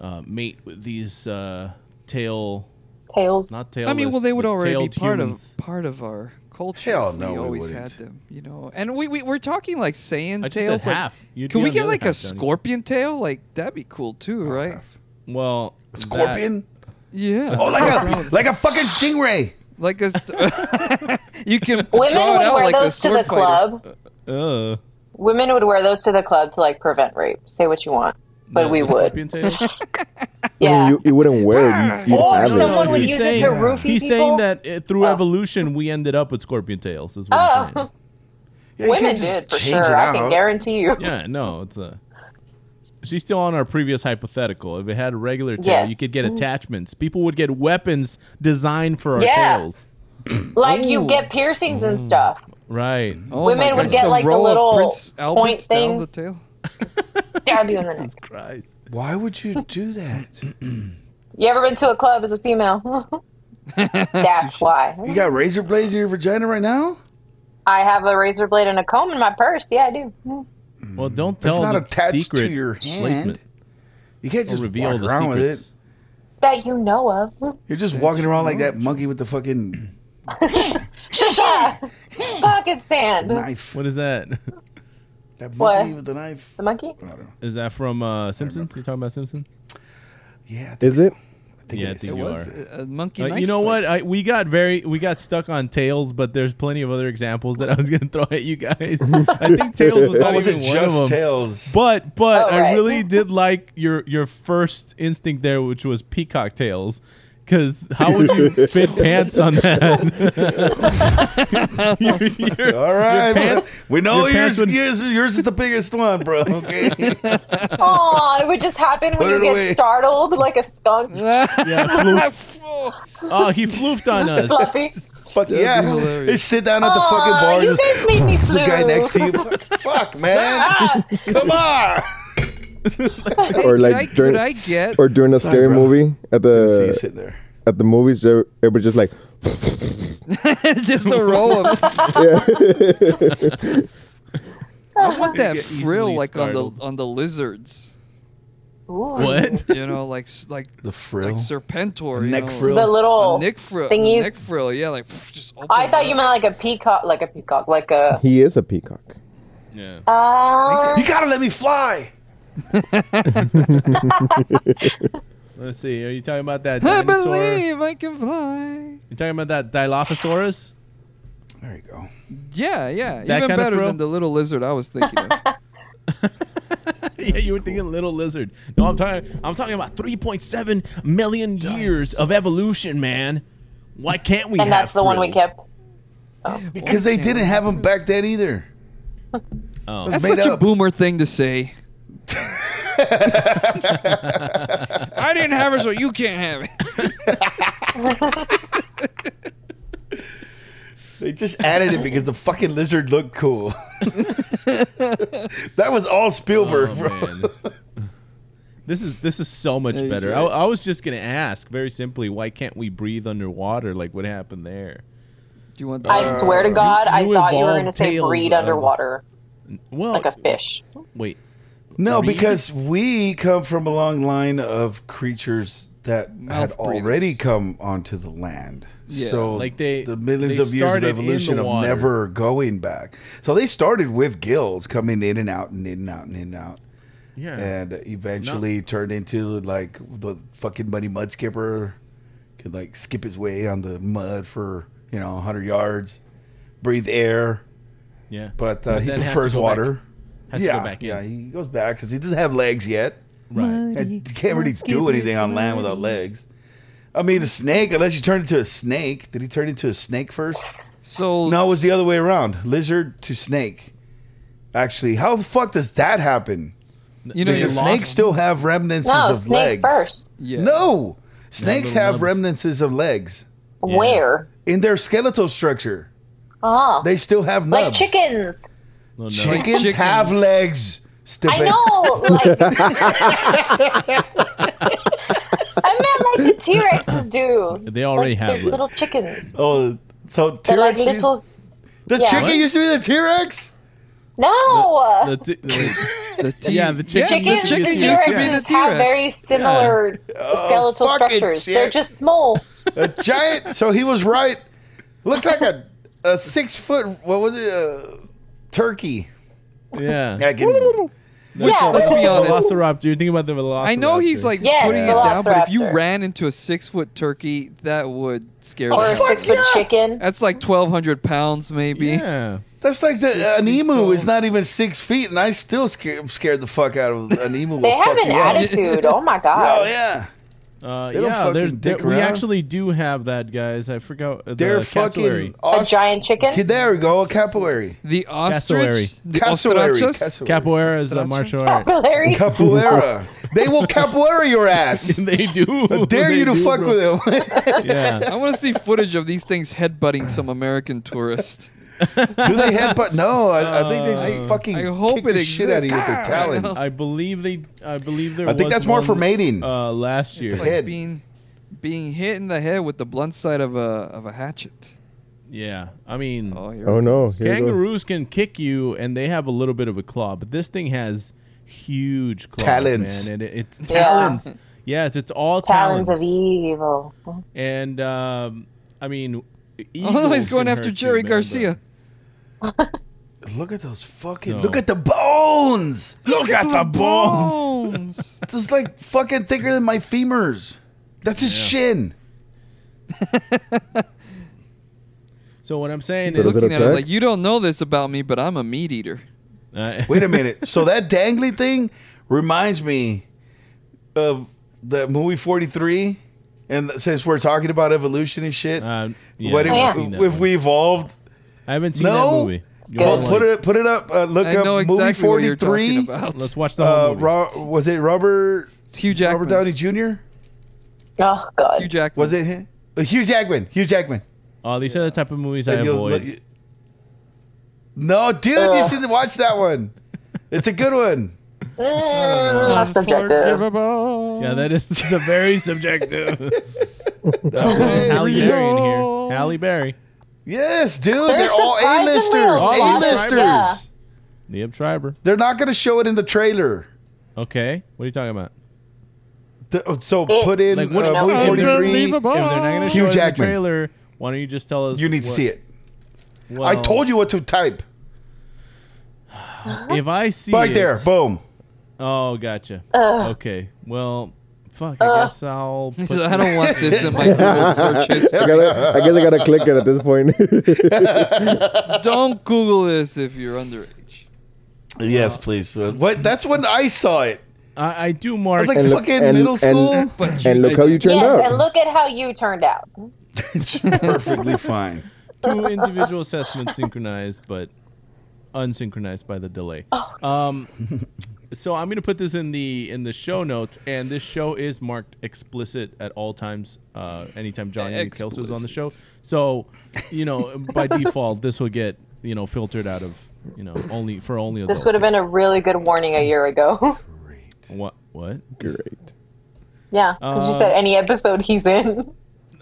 [SPEAKER 3] uh, mate with these uh, tail,
[SPEAKER 4] Tails.
[SPEAKER 3] not tail.
[SPEAKER 2] I mean, well, they would already be part of part of our culture.
[SPEAKER 7] Hell
[SPEAKER 2] if
[SPEAKER 7] no,
[SPEAKER 2] we
[SPEAKER 7] we
[SPEAKER 2] always
[SPEAKER 7] wouldn't.
[SPEAKER 2] had them, you know. And we, we we're talking like Saiyan
[SPEAKER 3] I just said
[SPEAKER 2] tails. like-
[SPEAKER 3] half. You'd
[SPEAKER 2] Can
[SPEAKER 3] be
[SPEAKER 2] we
[SPEAKER 3] on the
[SPEAKER 2] get
[SPEAKER 3] other
[SPEAKER 2] like a
[SPEAKER 3] half, Johnny.
[SPEAKER 2] scorpion tail? Like that'd be cool too, right?
[SPEAKER 3] of. Well, that-
[SPEAKER 7] Scorpion.
[SPEAKER 2] Yeah.
[SPEAKER 7] Oh, like a like a fucking stingray.
[SPEAKER 2] like a st- you can
[SPEAKER 4] Women
[SPEAKER 2] draw
[SPEAKER 4] would
[SPEAKER 2] it out
[SPEAKER 4] wear
[SPEAKER 2] like a
[SPEAKER 4] those to the
[SPEAKER 2] sword fighter.
[SPEAKER 4] club.
[SPEAKER 3] uh,
[SPEAKER 4] Women would wear those to the club to like prevent rape. Say what you want, but
[SPEAKER 3] the-
[SPEAKER 4] we
[SPEAKER 3] the
[SPEAKER 4] would.
[SPEAKER 3] Scorpion tails?
[SPEAKER 4] Yeah.
[SPEAKER 1] You, you wouldn't wear it. You, you'd
[SPEAKER 4] Or
[SPEAKER 1] have it.
[SPEAKER 4] someone would
[SPEAKER 3] he's
[SPEAKER 4] use it to
[SPEAKER 3] saying-
[SPEAKER 4] roofie
[SPEAKER 3] He's
[SPEAKER 4] people?
[SPEAKER 3] saying that uh, through
[SPEAKER 4] Oh.
[SPEAKER 3] evolution we ended up with scorpion tails. Is what
[SPEAKER 4] Oh.
[SPEAKER 3] he's saying.
[SPEAKER 7] Yeah, you
[SPEAKER 4] Women
[SPEAKER 7] can't just
[SPEAKER 4] did for
[SPEAKER 7] change
[SPEAKER 4] sure.
[SPEAKER 7] it
[SPEAKER 4] I can
[SPEAKER 7] out.
[SPEAKER 4] guarantee you.
[SPEAKER 3] Yeah, no, it's a. She's still on our previous hypothetical. If it had a regular tail,
[SPEAKER 4] Yes. Mm-hmm.
[SPEAKER 3] you could get attachments. People would get weapons designed for our
[SPEAKER 4] Yeah.
[SPEAKER 3] tails.
[SPEAKER 4] Like you
[SPEAKER 2] Ooh.
[SPEAKER 4] get piercings and stuff.
[SPEAKER 3] Right.
[SPEAKER 2] Oh
[SPEAKER 4] Women
[SPEAKER 2] my God,
[SPEAKER 4] would
[SPEAKER 2] just
[SPEAKER 4] get,
[SPEAKER 2] a
[SPEAKER 4] like, the
[SPEAKER 2] row of
[SPEAKER 4] little
[SPEAKER 2] Prince
[SPEAKER 4] point
[SPEAKER 2] Alberts down the
[SPEAKER 4] things.
[SPEAKER 2] tail.
[SPEAKER 4] Stab you in the neck.
[SPEAKER 3] Jesus Christ.
[SPEAKER 7] Why would you do that?
[SPEAKER 4] You ever been to a club as a female? That's
[SPEAKER 7] You
[SPEAKER 4] why.
[SPEAKER 7] got razor blades in your vagina right now?
[SPEAKER 4] I have a razor blade and a comb in my purse. Yeah, I do.
[SPEAKER 3] Well, don't tell
[SPEAKER 7] not
[SPEAKER 3] the
[SPEAKER 7] attached to
[SPEAKER 3] secret
[SPEAKER 7] your hand.
[SPEAKER 3] placement
[SPEAKER 7] You can't
[SPEAKER 3] or
[SPEAKER 7] just
[SPEAKER 3] reveal
[SPEAKER 7] walk
[SPEAKER 3] the
[SPEAKER 7] around
[SPEAKER 3] secrets.
[SPEAKER 7] with
[SPEAKER 4] That you know of.
[SPEAKER 7] it. You're just walking around like that monkey with the fucking
[SPEAKER 4] Shasha! Pocket sand.
[SPEAKER 7] knife.
[SPEAKER 3] What is that?
[SPEAKER 7] That
[SPEAKER 4] What?
[SPEAKER 7] monkey with the knife.
[SPEAKER 4] The monkey?
[SPEAKER 7] I don't know.
[SPEAKER 3] Is that from uh, Simpsons? You talking about Simpsons?
[SPEAKER 7] Yeah, I think-
[SPEAKER 1] Is it?
[SPEAKER 7] I think
[SPEAKER 3] Yeah, I
[SPEAKER 7] it is.
[SPEAKER 3] think
[SPEAKER 2] It
[SPEAKER 3] you
[SPEAKER 2] was
[SPEAKER 3] are.
[SPEAKER 2] a a monkey.
[SPEAKER 3] Uh,
[SPEAKER 2] knife
[SPEAKER 3] you know what? I,
[SPEAKER 2] fight.
[SPEAKER 3] we got very we got stuck on tails, but there's plenty of other examples that I was gonna throw at you guys. I think tails was
[SPEAKER 7] Or
[SPEAKER 3] not
[SPEAKER 7] was
[SPEAKER 3] even
[SPEAKER 7] it
[SPEAKER 3] one of
[SPEAKER 7] just
[SPEAKER 3] them.
[SPEAKER 7] tails?
[SPEAKER 3] But but
[SPEAKER 4] Oh,
[SPEAKER 3] I
[SPEAKER 4] right.
[SPEAKER 3] really did like your your first instinct there, which was peacock tails. Because how would you fit pants on that? Your- your-
[SPEAKER 7] All right,
[SPEAKER 3] pants-
[SPEAKER 7] we know
[SPEAKER 3] your
[SPEAKER 7] yours,
[SPEAKER 3] pants would-
[SPEAKER 7] yours. Yours is the biggest one, bro. Okay,
[SPEAKER 4] Oh, it would just happen
[SPEAKER 7] Put
[SPEAKER 4] when you
[SPEAKER 7] it
[SPEAKER 4] get
[SPEAKER 7] away.
[SPEAKER 4] startled like a skunk.
[SPEAKER 3] yeah, floof. Oh, he floofed on us.
[SPEAKER 4] Fluffy.
[SPEAKER 7] fuck
[SPEAKER 2] That'd be
[SPEAKER 7] yeah.
[SPEAKER 2] hilarious.
[SPEAKER 7] Just sit down at the
[SPEAKER 4] Aw,
[SPEAKER 7] fucking bar.
[SPEAKER 4] you
[SPEAKER 7] just-
[SPEAKER 4] guys made me
[SPEAKER 7] the guy
[SPEAKER 4] flu.
[SPEAKER 7] next to you. Fuck, fuck, man.
[SPEAKER 4] Ah,
[SPEAKER 7] Come on.
[SPEAKER 1] or
[SPEAKER 2] Could
[SPEAKER 1] like
[SPEAKER 2] I-
[SPEAKER 1] during
[SPEAKER 2] could I get-
[SPEAKER 1] or during a scary
[SPEAKER 7] bro.
[SPEAKER 1] movie at
[SPEAKER 7] See you
[SPEAKER 1] the
[SPEAKER 7] sit there.
[SPEAKER 1] at the movies, they were just like,
[SPEAKER 2] just a row of. I want that
[SPEAKER 3] get
[SPEAKER 2] frill
[SPEAKER 3] easily
[SPEAKER 2] like on
[SPEAKER 3] startled.
[SPEAKER 2] the on the lizards.
[SPEAKER 4] ooh.
[SPEAKER 3] What?
[SPEAKER 2] You know, like s- like
[SPEAKER 7] The frill.
[SPEAKER 2] like serpentor. you
[SPEAKER 7] Neck
[SPEAKER 2] know,
[SPEAKER 7] frill.
[SPEAKER 4] The
[SPEAKER 2] A
[SPEAKER 4] little
[SPEAKER 2] neck frill. a
[SPEAKER 4] thingies.
[SPEAKER 2] Neck frill. Yeah, like just. Opens
[SPEAKER 4] I thought you
[SPEAKER 2] up.
[SPEAKER 4] meant like a peacock, like a peacock, like a.
[SPEAKER 1] he is a peacock.
[SPEAKER 3] Yeah.
[SPEAKER 4] Uh,
[SPEAKER 7] You gotta let me fly.
[SPEAKER 3] Let's see. Are you talking about that
[SPEAKER 2] I
[SPEAKER 3] dinosaur?
[SPEAKER 2] believe I can fly.
[SPEAKER 3] You talking about that Dilophosaurus?
[SPEAKER 7] There you go.
[SPEAKER 2] Yeah, yeah.
[SPEAKER 3] That
[SPEAKER 2] Even
[SPEAKER 3] kind of
[SPEAKER 2] better
[SPEAKER 3] frill?
[SPEAKER 2] than the little lizard I was thinking of.
[SPEAKER 3] yeah, you were thinking little lizard. No, I'm talking. I'm talking about 3.7 million years of evolution, man. Why can't we?
[SPEAKER 4] and
[SPEAKER 3] have
[SPEAKER 4] that's the one we
[SPEAKER 3] thrills?
[SPEAKER 4] kept.
[SPEAKER 7] Because they didn't have them back then either.
[SPEAKER 3] Oh.
[SPEAKER 7] It was
[SPEAKER 2] That's
[SPEAKER 7] made
[SPEAKER 2] such a
[SPEAKER 7] up.
[SPEAKER 2] boomer thing to say. I didn't have it, so you can't have it.
[SPEAKER 7] They just added it because the fucking lizard looked cool. that was all Spielberg,
[SPEAKER 3] Oh,
[SPEAKER 7] bro.
[SPEAKER 3] man. This is this is so much
[SPEAKER 2] Yeah, you
[SPEAKER 3] better.
[SPEAKER 2] should.
[SPEAKER 3] I, I was just gonna ask very simply, why can't we breathe underwater? Like what happened there?
[SPEAKER 2] Do you want? uh,
[SPEAKER 7] Uh,
[SPEAKER 4] I
[SPEAKER 2] this?
[SPEAKER 4] swear to God, I
[SPEAKER 3] you
[SPEAKER 4] thought you were
[SPEAKER 3] evolved
[SPEAKER 4] going to say
[SPEAKER 3] tails
[SPEAKER 4] breed
[SPEAKER 3] of-
[SPEAKER 4] underwater,
[SPEAKER 7] Oh.
[SPEAKER 3] Well,
[SPEAKER 4] like a fish.
[SPEAKER 3] wait,
[SPEAKER 7] No,
[SPEAKER 3] Reed?
[SPEAKER 7] because we come from a long line of creatures that
[SPEAKER 2] Mouth
[SPEAKER 7] had already
[SPEAKER 2] breathers.
[SPEAKER 7] come onto the land.
[SPEAKER 2] Yeah,
[SPEAKER 7] so
[SPEAKER 3] like they-
[SPEAKER 7] the millions
[SPEAKER 3] they
[SPEAKER 7] of years of
[SPEAKER 3] started in
[SPEAKER 7] evolution
[SPEAKER 3] the
[SPEAKER 7] of
[SPEAKER 3] water.
[SPEAKER 7] never going back. So they started with gills coming in and out and in and out and in and out.
[SPEAKER 3] yeah,
[SPEAKER 7] and eventually turned into like the fucking muddy mud skipper could like skip his way on the mud for you know 100 yards breathe air
[SPEAKER 3] yeah.
[SPEAKER 7] but, uh, he
[SPEAKER 3] then has to
[SPEAKER 7] prefers
[SPEAKER 3] go
[SPEAKER 7] water
[SPEAKER 3] Back, has
[SPEAKER 7] yeah
[SPEAKER 3] to go back in.
[SPEAKER 7] yeah he goes back because he doesn't have legs yet
[SPEAKER 3] Right.
[SPEAKER 7] and you can't really do anything on land without legs i mean a snake unless you turn into a snake did he turn into a snake first
[SPEAKER 2] So
[SPEAKER 7] no it was the other way around lizard to snake actually how the fuck does that happen
[SPEAKER 2] you know, you
[SPEAKER 7] because snakes
[SPEAKER 2] lost.
[SPEAKER 7] still have remnants
[SPEAKER 4] No,
[SPEAKER 7] of
[SPEAKER 4] snake
[SPEAKER 7] legs.
[SPEAKER 4] first.
[SPEAKER 2] Yeah.
[SPEAKER 7] No, snakes
[SPEAKER 3] little
[SPEAKER 7] have
[SPEAKER 3] nubs.
[SPEAKER 7] remnants of legs
[SPEAKER 3] Yeah.
[SPEAKER 4] Where?
[SPEAKER 7] in their skeletal structure.
[SPEAKER 4] Oh,
[SPEAKER 7] They still have
[SPEAKER 4] like
[SPEAKER 7] nubs.
[SPEAKER 4] chickens.
[SPEAKER 3] No, no.
[SPEAKER 7] Chickens,
[SPEAKER 2] chickens.
[SPEAKER 7] have legs. Stupid.
[SPEAKER 4] I know. Like, I meant like the T Rexes do.
[SPEAKER 3] They already
[SPEAKER 4] Like,
[SPEAKER 3] have
[SPEAKER 4] they're
[SPEAKER 3] legs.
[SPEAKER 4] little chickens.
[SPEAKER 7] Oh, so T
[SPEAKER 4] They're like
[SPEAKER 7] Rex.
[SPEAKER 4] little.
[SPEAKER 7] the
[SPEAKER 4] yeah.
[SPEAKER 7] chicken
[SPEAKER 4] What?
[SPEAKER 7] used to be the T Rex.
[SPEAKER 4] No.
[SPEAKER 3] The t- the-
[SPEAKER 2] The t-
[SPEAKER 3] yeah, the chicken-
[SPEAKER 4] chickens
[SPEAKER 3] the
[SPEAKER 4] and
[SPEAKER 3] chicken
[SPEAKER 2] used to be
[SPEAKER 4] T-Rexes
[SPEAKER 2] the
[SPEAKER 4] have
[SPEAKER 2] T-Rex.
[SPEAKER 4] very similar skeletal
[SPEAKER 7] fucking
[SPEAKER 4] structures.
[SPEAKER 7] shit.
[SPEAKER 4] They're just small.
[SPEAKER 7] A giant. so he was right. Looks like a a six foot. What was it? Uh, turkey.
[SPEAKER 3] yeah.
[SPEAKER 7] I can,
[SPEAKER 4] yeah.
[SPEAKER 2] Let's be honest.
[SPEAKER 3] Velociraptor. You're thinking about the velociraptor.
[SPEAKER 2] I know he's like
[SPEAKER 4] Yes,
[SPEAKER 2] putting it down, but if you
[SPEAKER 4] Velociraptor.
[SPEAKER 2] ran into a six-foot turkey, that would scare
[SPEAKER 4] Or
[SPEAKER 2] me.
[SPEAKER 4] a six foot chicken.
[SPEAKER 2] Oh, That's like twelve hundred pounds, maybe.
[SPEAKER 3] yeah.
[SPEAKER 7] that's like the an
[SPEAKER 2] feet
[SPEAKER 7] emu
[SPEAKER 2] tall.
[SPEAKER 7] is not even six feet, and I still scared, scared the fuck out of an emu.
[SPEAKER 4] They
[SPEAKER 7] will
[SPEAKER 4] have
[SPEAKER 7] fuck
[SPEAKER 4] an
[SPEAKER 7] you up.
[SPEAKER 4] attitude. Oh my god.
[SPEAKER 7] Oh yeah.
[SPEAKER 3] Uh,
[SPEAKER 7] don't
[SPEAKER 3] yeah, there's,
[SPEAKER 7] fucking
[SPEAKER 3] there,
[SPEAKER 7] dick
[SPEAKER 3] we
[SPEAKER 7] around.
[SPEAKER 3] actually do have that, guys. I forgot. uh, The
[SPEAKER 7] They're
[SPEAKER 3] cassowary.
[SPEAKER 7] fucking awesome.
[SPEAKER 4] A giant chicken.
[SPEAKER 7] Okay, there we go. A capillary.
[SPEAKER 2] The ostrich, the
[SPEAKER 7] Cassowary.
[SPEAKER 2] ostrichus.
[SPEAKER 3] Capoeira is a
[SPEAKER 2] Stracha.
[SPEAKER 3] martial
[SPEAKER 4] Oh,
[SPEAKER 3] art.
[SPEAKER 4] Popularity.
[SPEAKER 7] Capoeira. they will capoeira your ass.
[SPEAKER 3] they do.
[SPEAKER 7] Dare
[SPEAKER 3] They
[SPEAKER 7] you to
[SPEAKER 3] do,
[SPEAKER 7] fuck
[SPEAKER 3] bro.
[SPEAKER 7] with them.
[SPEAKER 3] Yeah.
[SPEAKER 2] I want to see footage of these things headbutting some American tourist.
[SPEAKER 7] Do they headbutt? No, I, Uh, I think they just fucking
[SPEAKER 2] I hope
[SPEAKER 7] kick
[SPEAKER 2] it
[SPEAKER 7] the shit out of you with their
[SPEAKER 2] exists. God, I
[SPEAKER 7] talons.
[SPEAKER 3] I believe they. I believe there.
[SPEAKER 7] I think
[SPEAKER 3] was
[SPEAKER 7] that's more
[SPEAKER 3] one,
[SPEAKER 7] for mating.
[SPEAKER 3] Uh, last year.
[SPEAKER 7] It's like- Head.
[SPEAKER 2] Being being hit in the head with the blunt side of a of a hatchet.
[SPEAKER 3] yeah. I mean,
[SPEAKER 2] Oh, here
[SPEAKER 1] Oh
[SPEAKER 2] we go.
[SPEAKER 1] no, here it goes.
[SPEAKER 3] kangaroos can kick you, and they have a little bit of a claw, but this thing has huge claws,
[SPEAKER 7] Talons.
[SPEAKER 3] man, and it, it's
[SPEAKER 4] Yeah.
[SPEAKER 3] talons. Yes, it's all
[SPEAKER 4] Talons of
[SPEAKER 3] talons.
[SPEAKER 4] e- evil.
[SPEAKER 3] And um, I mean,
[SPEAKER 2] Oh,
[SPEAKER 3] eagles
[SPEAKER 2] he's going
[SPEAKER 3] can
[SPEAKER 2] after
[SPEAKER 3] hurt
[SPEAKER 2] Jerry
[SPEAKER 3] you, man,
[SPEAKER 2] Garcia.
[SPEAKER 7] Look at those fucking.
[SPEAKER 3] So-
[SPEAKER 7] Look at the bones. Look, at, the, bones.
[SPEAKER 2] Bones.
[SPEAKER 7] It's like fucking thicker than my femurs. That's his shin.
[SPEAKER 3] So what I'm saying
[SPEAKER 1] So
[SPEAKER 3] is,
[SPEAKER 1] does it
[SPEAKER 2] Looking at him like
[SPEAKER 1] attest?
[SPEAKER 2] you don't know this about me, but I'm a meat eater.
[SPEAKER 3] uh,
[SPEAKER 7] Wait a minute. so that dangly thing reminds me of the movie 43. And since we're talking about evolution and shit,
[SPEAKER 3] um, yeah,
[SPEAKER 7] what
[SPEAKER 3] I
[SPEAKER 7] if,
[SPEAKER 3] haven't
[SPEAKER 4] yeah.
[SPEAKER 3] seen that
[SPEAKER 7] if
[SPEAKER 3] one.
[SPEAKER 7] we evolved?
[SPEAKER 3] I haven't seen that
[SPEAKER 7] No.
[SPEAKER 3] movie. You
[SPEAKER 4] Well,
[SPEAKER 3] wanna,
[SPEAKER 7] Put
[SPEAKER 3] like-
[SPEAKER 7] it put it up. Uh, look
[SPEAKER 2] Oh, I
[SPEAKER 7] up
[SPEAKER 2] know
[SPEAKER 7] movie
[SPEAKER 2] exactly what you're
[SPEAKER 7] 43.
[SPEAKER 2] talking about.
[SPEAKER 3] Let's watch the whole
[SPEAKER 7] uh,
[SPEAKER 3] movie.
[SPEAKER 7] Ro- was it Robert
[SPEAKER 2] It's Hugh Jackman.
[SPEAKER 7] Robert Downey Jr.?
[SPEAKER 4] Oh God.
[SPEAKER 2] Hugh Jackman.
[SPEAKER 7] Was it him? Uh, Hugh Jackman. Hugh Jackman.
[SPEAKER 3] Oh, these are the type of movies I
[SPEAKER 7] And you'll-
[SPEAKER 3] avoid.
[SPEAKER 7] No, dude, you
[SPEAKER 2] Uh.
[SPEAKER 4] Ugh.
[SPEAKER 7] should watch that one. It's a good one.
[SPEAKER 4] Mm, that's subjective.
[SPEAKER 3] Yeah, that is it's a very subjective.
[SPEAKER 7] That's it.
[SPEAKER 3] Halle Berry in here. Halle Berry.
[SPEAKER 7] Yes, dude, they're,
[SPEAKER 4] They're
[SPEAKER 7] all
[SPEAKER 4] surprisingly
[SPEAKER 7] A-listers.
[SPEAKER 4] a lot
[SPEAKER 3] of-
[SPEAKER 7] A-listers.
[SPEAKER 4] yeah.
[SPEAKER 3] Liam Schreiber.
[SPEAKER 7] They're not going to show it in the trailer.
[SPEAKER 3] Okay, what are you talking about?
[SPEAKER 7] The- oh, so
[SPEAKER 4] It-
[SPEAKER 7] put in
[SPEAKER 3] Like
[SPEAKER 7] uh,
[SPEAKER 3] what?
[SPEAKER 4] No.
[SPEAKER 7] movie
[SPEAKER 4] It's
[SPEAKER 3] if, they're,
[SPEAKER 7] 43.
[SPEAKER 3] if they're not going to
[SPEAKER 7] Hugh
[SPEAKER 3] show it in the
[SPEAKER 7] Jackman.
[SPEAKER 3] trailer, why don't you just tell us?
[SPEAKER 7] You need to
[SPEAKER 3] what-
[SPEAKER 7] see it.
[SPEAKER 3] well,
[SPEAKER 7] I told you what to type.
[SPEAKER 3] If I see
[SPEAKER 7] Right
[SPEAKER 3] it,
[SPEAKER 7] there. Boom.
[SPEAKER 3] Oh, gotcha. Okay. Well, fuck. I guess I'll.
[SPEAKER 2] He
[SPEAKER 3] Put
[SPEAKER 2] said, I don't want this in my Google search
[SPEAKER 1] I,
[SPEAKER 2] history.
[SPEAKER 1] gotta, I guess I gotta click it at this point.
[SPEAKER 2] Don't Google this if you're underage.
[SPEAKER 7] Yes, please. What? That's when I saw it.
[SPEAKER 3] I, I do mark.
[SPEAKER 7] like-
[SPEAKER 1] and look,
[SPEAKER 7] Fucking
[SPEAKER 1] and,
[SPEAKER 7] middle school?
[SPEAKER 1] And,
[SPEAKER 2] But
[SPEAKER 1] and look how you turned
[SPEAKER 4] Yes,
[SPEAKER 1] out.
[SPEAKER 4] and look at how you turned out.
[SPEAKER 7] It's perfectly fine.
[SPEAKER 3] two individual assessments synchronized but unsynchronized by the delay. Um, so I'm gonna put this in the in the show notes, and this show is marked explicit at all times. Uh, anytime Johnny and Kelso is on the show, so you know by default this will get you know filtered out of you know only for only adults.
[SPEAKER 4] This would have been a really good warning a year ago.
[SPEAKER 3] what what?
[SPEAKER 1] Great.
[SPEAKER 4] yeah, because
[SPEAKER 3] Uh,
[SPEAKER 4] you said any episode he's in.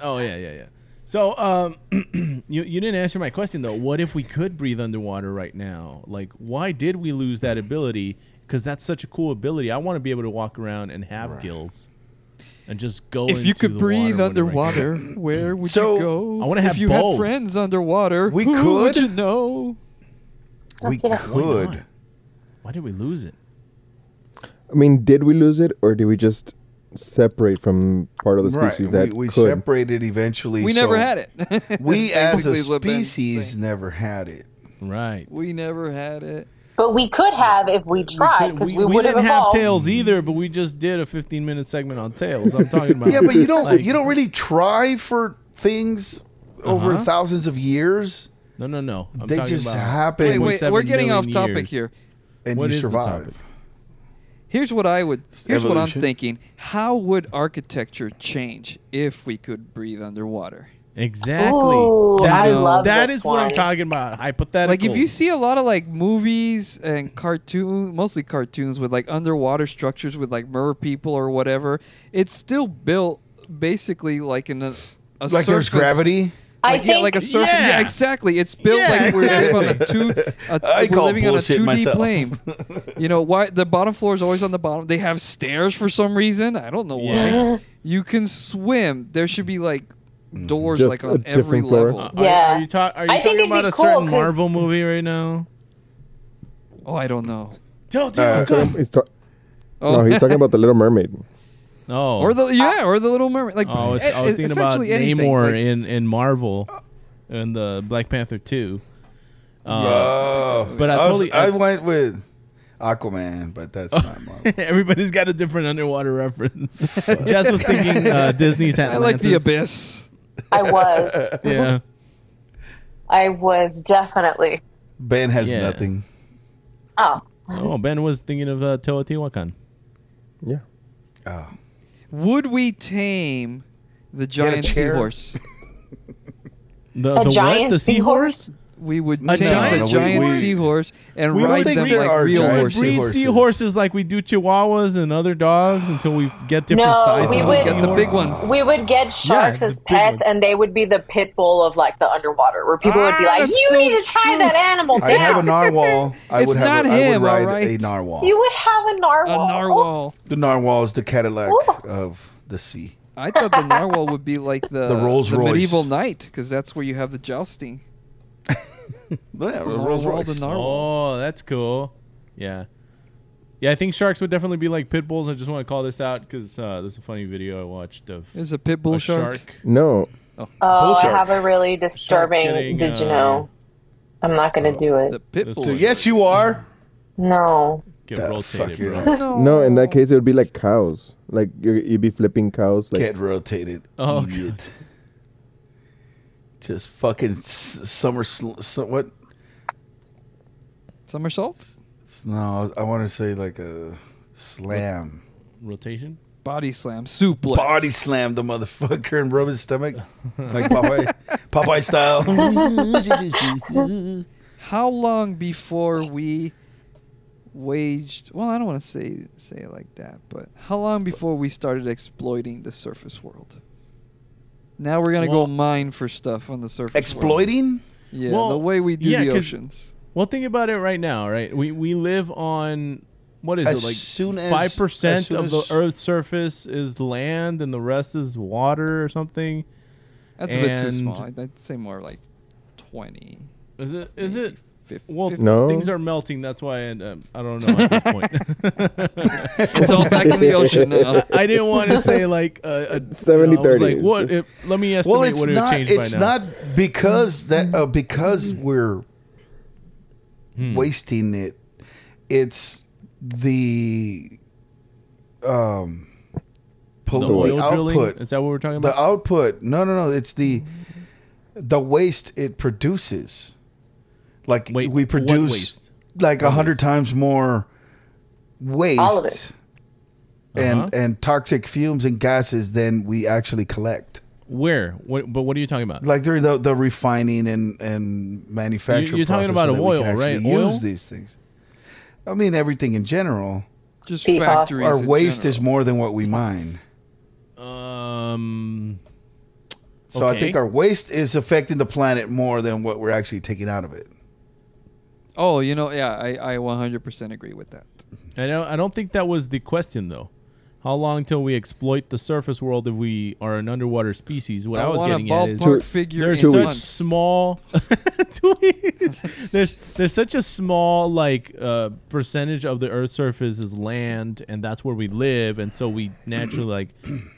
[SPEAKER 3] Oh yeah yeah yeah. So um, you you didn't answer my question though. What if we could breathe underwater right now? Like, why did we lose that ability? Because that's such a cool ability. I want to be able to walk around and have gills, and just go.
[SPEAKER 2] If you
[SPEAKER 3] into
[SPEAKER 2] could
[SPEAKER 3] the
[SPEAKER 2] breathe
[SPEAKER 3] water whenever I can.
[SPEAKER 2] underwater, where would
[SPEAKER 7] So,
[SPEAKER 2] you go?
[SPEAKER 3] I wanna have
[SPEAKER 2] if you
[SPEAKER 3] both.
[SPEAKER 2] had friends underwater.
[SPEAKER 7] We
[SPEAKER 2] who
[SPEAKER 7] could.
[SPEAKER 2] Would you know?
[SPEAKER 7] We
[SPEAKER 4] Okay.
[SPEAKER 3] Why not?
[SPEAKER 7] could.
[SPEAKER 3] Why did we lose it?
[SPEAKER 1] I mean, did we lose it or did we just separate from part of the species
[SPEAKER 7] right.
[SPEAKER 1] that
[SPEAKER 7] we, we
[SPEAKER 1] could?
[SPEAKER 7] separated eventually.
[SPEAKER 2] We never
[SPEAKER 7] so
[SPEAKER 2] had it.
[SPEAKER 7] We as a
[SPEAKER 2] Basically is what Ben's
[SPEAKER 7] species
[SPEAKER 2] saying.
[SPEAKER 7] never had it.
[SPEAKER 3] Right.
[SPEAKER 2] we never had it.
[SPEAKER 4] But we could have if we tried,
[SPEAKER 3] Could-
[SPEAKER 4] because we, would have
[SPEAKER 3] didn't
[SPEAKER 4] evolved.
[SPEAKER 3] have tails either, but we just did a 15 minute segment on tails. I'm talking about.
[SPEAKER 7] Yeah, but you don't
[SPEAKER 3] like-
[SPEAKER 7] you don't really try for things over
[SPEAKER 3] Uh-huh.
[SPEAKER 7] thousands of years.
[SPEAKER 3] No, no, no. I'm
[SPEAKER 7] they
[SPEAKER 3] talking
[SPEAKER 7] just
[SPEAKER 3] about
[SPEAKER 7] happen
[SPEAKER 2] Wait, wait,
[SPEAKER 3] 27
[SPEAKER 2] we're getting off
[SPEAKER 3] million
[SPEAKER 2] topic here.
[SPEAKER 3] years.
[SPEAKER 7] and
[SPEAKER 3] What
[SPEAKER 7] you
[SPEAKER 3] is the
[SPEAKER 7] survive.
[SPEAKER 3] topic?
[SPEAKER 2] Here's what I would. Here's what I'm
[SPEAKER 7] Evolution.
[SPEAKER 2] thinking. How would architecture change if we could breathe underwater?
[SPEAKER 3] Exactly.
[SPEAKER 4] Ooh,
[SPEAKER 3] that
[SPEAKER 4] I
[SPEAKER 3] is
[SPEAKER 4] love
[SPEAKER 3] that
[SPEAKER 4] this
[SPEAKER 3] is what I'm
[SPEAKER 4] one.
[SPEAKER 3] talking about. Hypothetical.
[SPEAKER 2] Like if you see a lot of like movies and cartoons, mostly cartoons with like underwater structures with like mer people or whatever, it's still built basically like in a, a
[SPEAKER 7] Like there's
[SPEAKER 2] surface-
[SPEAKER 7] gravity.
[SPEAKER 4] I
[SPEAKER 2] Like,
[SPEAKER 4] think
[SPEAKER 2] yeah, like a surface.
[SPEAKER 3] Yeah.
[SPEAKER 2] Yeah, exactly. It's built
[SPEAKER 3] Yeah,
[SPEAKER 2] like we're living on a two. A,
[SPEAKER 7] I
[SPEAKER 2] we're
[SPEAKER 7] call
[SPEAKER 2] living on a
[SPEAKER 7] bullshit
[SPEAKER 2] two D
[SPEAKER 7] myself.
[SPEAKER 2] plane. You know why the bottom floor is always on the bottom. They have stairs for some reason. I don't know why.
[SPEAKER 3] Yeah.
[SPEAKER 2] You can swim. There should be like doors
[SPEAKER 1] Just
[SPEAKER 2] like
[SPEAKER 1] a
[SPEAKER 2] on every
[SPEAKER 1] different floor.
[SPEAKER 2] level.
[SPEAKER 3] Uh, Are-
[SPEAKER 4] Yeah.
[SPEAKER 3] Are, you, ta- are you
[SPEAKER 4] I think
[SPEAKER 3] talking
[SPEAKER 4] it'd be
[SPEAKER 3] about a
[SPEAKER 4] cool
[SPEAKER 3] certain
[SPEAKER 4] 'cause-
[SPEAKER 3] Marvel movie right now?
[SPEAKER 2] Oh, I don't know.
[SPEAKER 3] Don't do
[SPEAKER 7] Uh,
[SPEAKER 3] it.
[SPEAKER 1] Um, He's ta-
[SPEAKER 2] Oh,
[SPEAKER 1] No, he's talking about the Little Mermaid.
[SPEAKER 3] Oh.
[SPEAKER 2] or the yeah, or the Little Mermaid. Like
[SPEAKER 3] oh, I was,
[SPEAKER 2] e-
[SPEAKER 3] I was thinking about
[SPEAKER 2] essentially anything.
[SPEAKER 3] Namor
[SPEAKER 2] Like,
[SPEAKER 3] in, in Marvel and the Black Panther 2.
[SPEAKER 7] Oh,
[SPEAKER 3] Uh, But I
[SPEAKER 7] was-
[SPEAKER 3] totally-
[SPEAKER 7] I went with Aquaman, but that's not Marvel.
[SPEAKER 3] Everybody's got a different underwater reference. Jess was thinking uh, Disney's
[SPEAKER 2] I
[SPEAKER 3] Atlantis.
[SPEAKER 2] like the abyss.
[SPEAKER 4] I was.
[SPEAKER 3] Yeah.
[SPEAKER 4] I was definitely.
[SPEAKER 7] Ben has
[SPEAKER 3] Yeah.
[SPEAKER 7] nothing.
[SPEAKER 4] Oh.
[SPEAKER 3] Oh, Ben was thinking of uh, Teotihuacan.
[SPEAKER 1] Yeah.
[SPEAKER 7] Oh.
[SPEAKER 2] Would we tame the giant
[SPEAKER 7] chair?
[SPEAKER 2] seahorse?
[SPEAKER 3] The,
[SPEAKER 4] A
[SPEAKER 3] the what?
[SPEAKER 4] giant
[SPEAKER 3] The
[SPEAKER 4] seahorse?
[SPEAKER 3] seahorse?
[SPEAKER 2] We would
[SPEAKER 3] A
[SPEAKER 2] tame
[SPEAKER 3] giant
[SPEAKER 2] the giant
[SPEAKER 7] seahorse?
[SPEAKER 2] seahorse and
[SPEAKER 7] We would
[SPEAKER 2] ride
[SPEAKER 7] think
[SPEAKER 2] them
[SPEAKER 7] there are
[SPEAKER 2] like real
[SPEAKER 7] giant
[SPEAKER 2] horses.
[SPEAKER 7] seahorses.
[SPEAKER 3] breed seahorses like we do chihuahuas and other dogs until we get different
[SPEAKER 4] No,
[SPEAKER 3] sizes.
[SPEAKER 4] we
[SPEAKER 3] of
[SPEAKER 4] would-
[SPEAKER 2] Get the big ones.
[SPEAKER 4] We would get sharks
[SPEAKER 3] the
[SPEAKER 4] as
[SPEAKER 3] big ones.
[SPEAKER 4] pets, and they would be the pit bull of like the underwater, where people would be
[SPEAKER 2] Ah,
[SPEAKER 4] like,
[SPEAKER 2] that's
[SPEAKER 4] "You
[SPEAKER 2] so
[SPEAKER 4] need to tie
[SPEAKER 2] true.
[SPEAKER 4] that animal
[SPEAKER 7] I have a
[SPEAKER 4] down."
[SPEAKER 7] narwhal. I
[SPEAKER 2] It's
[SPEAKER 7] would have
[SPEAKER 2] not
[SPEAKER 7] a, I
[SPEAKER 2] him,
[SPEAKER 7] would ride
[SPEAKER 2] alright?
[SPEAKER 7] a narwhal.
[SPEAKER 4] you would have a
[SPEAKER 2] A
[SPEAKER 4] narwhal.
[SPEAKER 2] narwhal.
[SPEAKER 7] the narwhal is the Cadillac
[SPEAKER 4] Ooh.
[SPEAKER 7] of the sea.
[SPEAKER 2] I thought the narwhal would be like the,
[SPEAKER 7] The Rolls Royce.
[SPEAKER 2] medieval knight because that's where you have the jousting.
[SPEAKER 7] Yeah,
[SPEAKER 2] Narwhal,
[SPEAKER 7] Rolls Royce.
[SPEAKER 2] the narwhal.
[SPEAKER 3] Oh, that's cool. Oh, Yeah. Yeah, I think sharks would definitely be like pit bulls. I just want to call this out because uh, this is a funny video I watched of
[SPEAKER 2] Is a pit bull
[SPEAKER 3] a
[SPEAKER 2] shark?
[SPEAKER 1] No,
[SPEAKER 4] Oh, I
[SPEAKER 7] shark.
[SPEAKER 4] have a really disturbing.
[SPEAKER 3] getting,
[SPEAKER 4] did you
[SPEAKER 3] uh,
[SPEAKER 4] know? I'm not gonna do it.
[SPEAKER 2] The pit
[SPEAKER 3] This
[SPEAKER 2] bull.
[SPEAKER 3] dude-
[SPEAKER 2] shark.
[SPEAKER 7] Yes, you are.
[SPEAKER 4] no.
[SPEAKER 3] get
[SPEAKER 7] That
[SPEAKER 3] rotated,
[SPEAKER 7] fucking-
[SPEAKER 3] bro.
[SPEAKER 1] no. In that case, it would be like cows. Like you're, you'd be flipping cows. Like
[SPEAKER 7] Get rotated.
[SPEAKER 3] Oh,
[SPEAKER 7] Idiot. Just fucking s- summer. Sl- su- what?
[SPEAKER 2] Somersault?
[SPEAKER 7] S- No, I want to say like a slam.
[SPEAKER 3] Rotation.
[SPEAKER 2] Body slam. Suplex.
[SPEAKER 7] Body slam the motherfucker and rub his stomach like Popeye, Popeye style.
[SPEAKER 2] How long before we waged well, I don't want to say say it like that, but how long before we started exploiting the surface world? Now we're gonna go
[SPEAKER 3] Well-
[SPEAKER 2] mine for stuff on the surface. world.
[SPEAKER 7] Exploiting.
[SPEAKER 2] Yeah, the
[SPEAKER 3] Well,
[SPEAKER 2] way we do
[SPEAKER 3] yeah,
[SPEAKER 2] the
[SPEAKER 3] 'cause-
[SPEAKER 2] oceans.
[SPEAKER 3] Well, think about it right now, right? We we live on what is
[SPEAKER 7] As
[SPEAKER 3] it like
[SPEAKER 7] soon as-
[SPEAKER 3] five
[SPEAKER 7] as
[SPEAKER 3] percent
[SPEAKER 7] soon
[SPEAKER 3] of the
[SPEAKER 7] as-
[SPEAKER 3] Earth's surface is land, and the rest is water or something.
[SPEAKER 2] That's a bit too
[SPEAKER 3] and-
[SPEAKER 2] small. I'd, I'd say more like twenty.
[SPEAKER 3] Is it? Is it?
[SPEAKER 2] fif-
[SPEAKER 3] Well,
[SPEAKER 2] fif-
[SPEAKER 1] No.
[SPEAKER 3] things are melting. That's why I, um, I don't know at this point.
[SPEAKER 2] It's all back in the ocean now.
[SPEAKER 3] I didn't want to say like a, a
[SPEAKER 1] 70,
[SPEAKER 3] you know, I was
[SPEAKER 1] 30.
[SPEAKER 3] Like what? If, let me estimate
[SPEAKER 7] Well, it's
[SPEAKER 3] what it
[SPEAKER 7] not.
[SPEAKER 3] would change by now.
[SPEAKER 7] It's not because that uh, because we're
[SPEAKER 3] Hmm.
[SPEAKER 7] wasting it. It's the um
[SPEAKER 3] the
[SPEAKER 7] pollu-
[SPEAKER 3] oil
[SPEAKER 7] the
[SPEAKER 3] drilling.
[SPEAKER 7] output.
[SPEAKER 3] Is that what we're talking
[SPEAKER 7] The
[SPEAKER 3] about?
[SPEAKER 7] output. No, no, no. It's the the waste it produces. Like
[SPEAKER 3] Wait,
[SPEAKER 7] we
[SPEAKER 3] what
[SPEAKER 7] produce
[SPEAKER 3] waste?
[SPEAKER 7] like a hundred times more waste
[SPEAKER 4] All of it.
[SPEAKER 7] and
[SPEAKER 3] Uh-huh.
[SPEAKER 7] and toxic fumes and gases than we actually collect
[SPEAKER 3] Where? What, but what are you talking about?
[SPEAKER 7] like during the, the refining and and manufacturing.
[SPEAKER 3] You- you're talking
[SPEAKER 7] process so
[SPEAKER 3] about
[SPEAKER 7] that we
[SPEAKER 3] oil,
[SPEAKER 7] can actually
[SPEAKER 3] right? Oil?
[SPEAKER 7] Use these things. I mean, everything in general.
[SPEAKER 2] Just
[SPEAKER 4] PFAS.
[SPEAKER 2] factories.
[SPEAKER 7] Our
[SPEAKER 2] in
[SPEAKER 7] waste is
[SPEAKER 2] general.
[SPEAKER 7] more than what we mine,
[SPEAKER 3] Um.
[SPEAKER 7] so I
[SPEAKER 3] Okay.
[SPEAKER 7] think our waste is affecting the planet more than what we're actually taking out of it.
[SPEAKER 2] Oh, you know, yeah, I, I 100% agree with that.
[SPEAKER 3] I don't. I don't think that was the question though. How long till we exploit the surface world if we are an underwater species? What I,
[SPEAKER 2] I,
[SPEAKER 3] was
[SPEAKER 2] want a
[SPEAKER 3] getting at is
[SPEAKER 2] ballpark
[SPEAKER 1] Two-
[SPEAKER 2] figure.
[SPEAKER 3] there's
[SPEAKER 2] in
[SPEAKER 3] such
[SPEAKER 2] months.
[SPEAKER 3] small. Two weeks. there's there's such a small like uh, percentage of the Earth's surface is land, and that's where we live, and so we naturally like,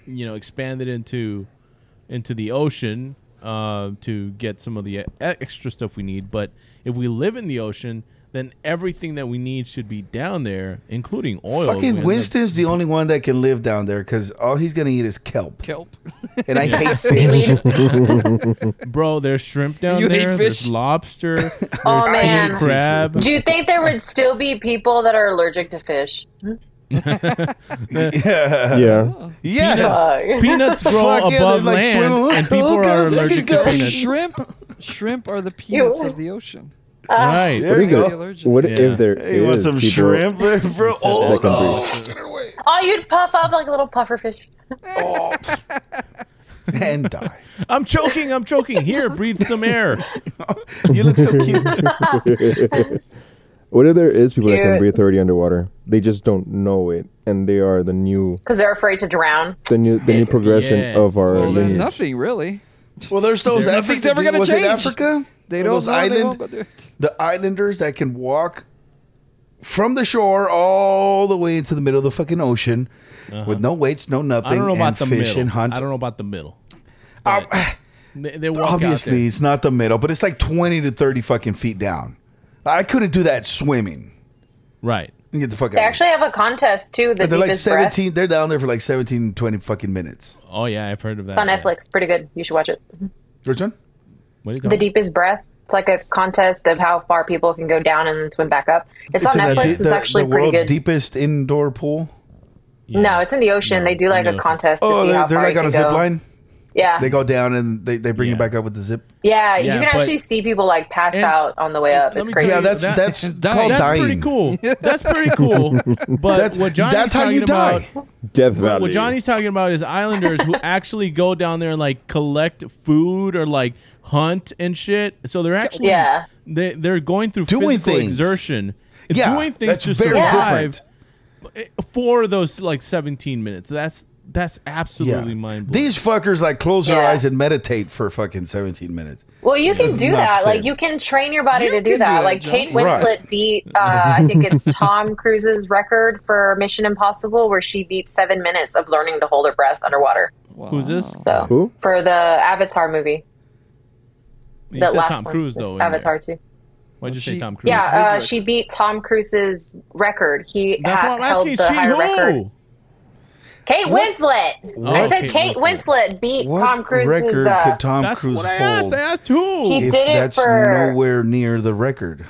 [SPEAKER 3] you know, expanded into into the ocean uh, to get some of the e- extra stuff we need. But if we live in the ocean, then everything that we need should be down there, including oil.
[SPEAKER 2] Oh,
[SPEAKER 3] We end
[SPEAKER 7] Fucking
[SPEAKER 3] up-
[SPEAKER 7] Winston's the only one that can live down there because all he's gonna eat is kelp,
[SPEAKER 2] kelp.
[SPEAKER 7] and I hate fish.
[SPEAKER 4] Seaweed.
[SPEAKER 3] bro. There's shrimp down
[SPEAKER 2] You hate
[SPEAKER 3] there. There's
[SPEAKER 2] fish?
[SPEAKER 3] lobster. there's
[SPEAKER 4] Oh,
[SPEAKER 3] king
[SPEAKER 4] man.
[SPEAKER 3] crab.
[SPEAKER 4] Do you think there would still be people that are allergic to fish? Uh,
[SPEAKER 7] yeah,
[SPEAKER 1] yeah,
[SPEAKER 7] yes.
[SPEAKER 4] Fuck.
[SPEAKER 3] peanuts grow
[SPEAKER 7] Fuck yeah, they're
[SPEAKER 3] above
[SPEAKER 7] like
[SPEAKER 3] land,
[SPEAKER 7] swimming
[SPEAKER 3] and
[SPEAKER 7] around.
[SPEAKER 3] people
[SPEAKER 7] Look
[SPEAKER 3] are
[SPEAKER 7] how
[SPEAKER 3] allergic
[SPEAKER 7] fucking
[SPEAKER 3] to
[SPEAKER 7] good.
[SPEAKER 3] peanuts.
[SPEAKER 2] shrimp. Shrimp are the peanuts
[SPEAKER 4] Ew.
[SPEAKER 2] of the ocean.
[SPEAKER 3] Right.
[SPEAKER 7] There you
[SPEAKER 1] Pretty
[SPEAKER 7] go.
[SPEAKER 1] good.
[SPEAKER 2] Allergic.
[SPEAKER 1] What
[SPEAKER 3] Yeah.
[SPEAKER 1] if there
[SPEAKER 7] Hey, you want
[SPEAKER 1] is
[SPEAKER 7] some
[SPEAKER 1] people-
[SPEAKER 7] shrimp, bro? Oh,
[SPEAKER 1] that can
[SPEAKER 7] no.
[SPEAKER 1] breathe.
[SPEAKER 7] Get it away.
[SPEAKER 4] Oh, you'd puff up like a little puffer fish.
[SPEAKER 7] Oh. and die.
[SPEAKER 3] I'm choking. I'm choking. Here, breathe some air.
[SPEAKER 7] You look so cute.
[SPEAKER 1] What if there is people that can
[SPEAKER 4] Cute.
[SPEAKER 1] breathe already underwater? They just don't know it, and they are the new
[SPEAKER 4] Because they're afraid to drown.
[SPEAKER 1] the new the new progression
[SPEAKER 3] Yeah.
[SPEAKER 1] of our
[SPEAKER 2] Well, then
[SPEAKER 1] lineage.
[SPEAKER 2] nothing really.
[SPEAKER 7] Well, there's those.
[SPEAKER 2] They're-
[SPEAKER 7] African,
[SPEAKER 2] Nothing's ever gonna
[SPEAKER 7] was it
[SPEAKER 2] change.
[SPEAKER 7] Africa.
[SPEAKER 2] They
[SPEAKER 7] Or
[SPEAKER 2] don't
[SPEAKER 7] those
[SPEAKER 2] know. They won't
[SPEAKER 7] island,
[SPEAKER 2] go do it.
[SPEAKER 7] the islanders that can walk from the shore all the way into the middle of the fucking ocean
[SPEAKER 2] Uh-huh.
[SPEAKER 7] with no weights, no nothing.
[SPEAKER 3] I don't know
[SPEAKER 7] and
[SPEAKER 3] about the
[SPEAKER 7] fish
[SPEAKER 3] middle.
[SPEAKER 7] and hunt.
[SPEAKER 3] I don't know about the middle.
[SPEAKER 7] Uh,
[SPEAKER 3] They, they walk out
[SPEAKER 7] obviously,
[SPEAKER 3] there.
[SPEAKER 7] it's not the middle, but it's like twenty to thirty fucking feet down. I couldn't do that swimming.
[SPEAKER 3] Right.
[SPEAKER 7] Get the fuck
[SPEAKER 4] They
[SPEAKER 7] out.
[SPEAKER 4] actually have a contest too. The
[SPEAKER 7] they're like
[SPEAKER 4] deepest breath.
[SPEAKER 7] seventeen. They're down there for like 17, 20 fucking minutes.
[SPEAKER 3] Oh yeah, I've heard of that.
[SPEAKER 4] It's on
[SPEAKER 3] yeah.
[SPEAKER 4] Netflix. Pretty good. You should watch it.
[SPEAKER 7] Which one?
[SPEAKER 3] What are you
[SPEAKER 4] The
[SPEAKER 3] talking
[SPEAKER 4] deepest breath. It's like a contest of how far people can go down and then swim back up. It's, on
[SPEAKER 7] in
[SPEAKER 4] Netflix.
[SPEAKER 7] the, de-
[SPEAKER 4] it's
[SPEAKER 7] the-
[SPEAKER 4] actually
[SPEAKER 7] the
[SPEAKER 4] pretty
[SPEAKER 7] world's
[SPEAKER 4] good.
[SPEAKER 7] deepest indoor pool.
[SPEAKER 3] about?
[SPEAKER 4] No, it's in the ocean. they do like
[SPEAKER 3] in
[SPEAKER 4] a
[SPEAKER 3] the ocean.
[SPEAKER 4] contest. To
[SPEAKER 7] Oh,
[SPEAKER 4] see how
[SPEAKER 7] they're, they're
[SPEAKER 4] far
[SPEAKER 7] like
[SPEAKER 4] you
[SPEAKER 7] on a
[SPEAKER 4] can
[SPEAKER 7] zip
[SPEAKER 4] go.
[SPEAKER 7] line.
[SPEAKER 4] Yeah.
[SPEAKER 7] They go down and they, they bring
[SPEAKER 3] Yeah.
[SPEAKER 7] you back up with the zip.
[SPEAKER 4] yeah,
[SPEAKER 3] Yeah,
[SPEAKER 4] you can
[SPEAKER 3] but-
[SPEAKER 4] actually see people like pass
[SPEAKER 3] And-
[SPEAKER 4] out on the way up.
[SPEAKER 3] let
[SPEAKER 4] It's
[SPEAKER 3] me
[SPEAKER 4] crazy.
[SPEAKER 7] Yeah,
[SPEAKER 3] tell you-
[SPEAKER 7] that's
[SPEAKER 3] that-
[SPEAKER 7] that's
[SPEAKER 2] dying.
[SPEAKER 7] called
[SPEAKER 3] That's
[SPEAKER 7] dying.
[SPEAKER 3] pretty cool. That's pretty cool. But
[SPEAKER 7] That's
[SPEAKER 3] what Johnny's
[SPEAKER 7] that's how
[SPEAKER 3] talking
[SPEAKER 7] you
[SPEAKER 3] about.
[SPEAKER 7] die.
[SPEAKER 1] Death
[SPEAKER 3] But
[SPEAKER 1] Valley.
[SPEAKER 3] what Johnny's talking about is islanders who actually go down there and like collect food or like hunt and shit. So they're actually
[SPEAKER 4] Yeah.
[SPEAKER 3] they they're going through
[SPEAKER 7] Doing
[SPEAKER 3] physical
[SPEAKER 7] things.
[SPEAKER 3] exertion,
[SPEAKER 7] Yeah,
[SPEAKER 3] doing things
[SPEAKER 7] that's
[SPEAKER 3] to
[SPEAKER 7] very
[SPEAKER 3] survive
[SPEAKER 7] different.
[SPEAKER 3] for those like 17 minutes. That's That's absolutely mind blowing.
[SPEAKER 7] These fuckers like close their
[SPEAKER 4] Yeah.
[SPEAKER 7] eyes and meditate for fucking 17 minutes.
[SPEAKER 4] Well, you can
[SPEAKER 7] It's
[SPEAKER 4] do
[SPEAKER 7] not
[SPEAKER 4] that.
[SPEAKER 7] safe.
[SPEAKER 4] Like you can train your body
[SPEAKER 2] You
[SPEAKER 4] to
[SPEAKER 2] can
[SPEAKER 4] do
[SPEAKER 2] do
[SPEAKER 4] that.
[SPEAKER 2] that,
[SPEAKER 4] like
[SPEAKER 2] John.
[SPEAKER 4] Kate
[SPEAKER 7] Right.
[SPEAKER 4] Winslet beat, uh,
[SPEAKER 3] Mm-hmm.
[SPEAKER 4] I think it's Tom Cruise's record for Mission Impossible, where she beat seven minutes of learning to hold her breath underwater.
[SPEAKER 2] Wow.
[SPEAKER 3] Who's this?
[SPEAKER 4] So
[SPEAKER 1] Who?
[SPEAKER 4] for the Avatar movie,
[SPEAKER 3] You
[SPEAKER 4] that
[SPEAKER 3] said
[SPEAKER 4] last
[SPEAKER 3] Tom
[SPEAKER 4] one.
[SPEAKER 3] Cruise
[SPEAKER 4] It's
[SPEAKER 3] though. in there.
[SPEAKER 4] Avatar too.
[SPEAKER 3] Why'd you say
[SPEAKER 2] She-
[SPEAKER 3] Tom Cruise?
[SPEAKER 4] Yeah,
[SPEAKER 2] His
[SPEAKER 4] uh,
[SPEAKER 2] record.
[SPEAKER 4] she beat Tom Cruise's record. He
[SPEAKER 3] That's
[SPEAKER 4] ha-
[SPEAKER 3] why I'm asking.
[SPEAKER 4] held the
[SPEAKER 3] She
[SPEAKER 4] higher record.
[SPEAKER 3] who?
[SPEAKER 4] Kate
[SPEAKER 7] What-
[SPEAKER 4] Winslet. I
[SPEAKER 3] What?
[SPEAKER 4] said
[SPEAKER 3] Kate
[SPEAKER 4] Kate
[SPEAKER 3] Winslet.
[SPEAKER 4] Winslet, beat
[SPEAKER 7] What
[SPEAKER 4] Tom Cruise's.
[SPEAKER 7] record
[SPEAKER 4] Uh,
[SPEAKER 7] could Tom
[SPEAKER 3] That's
[SPEAKER 7] Cruise
[SPEAKER 3] what I
[SPEAKER 7] hold
[SPEAKER 3] asked. I asked who.
[SPEAKER 4] He
[SPEAKER 7] if
[SPEAKER 4] did it
[SPEAKER 7] that's
[SPEAKER 4] for-
[SPEAKER 7] nowhere near the record?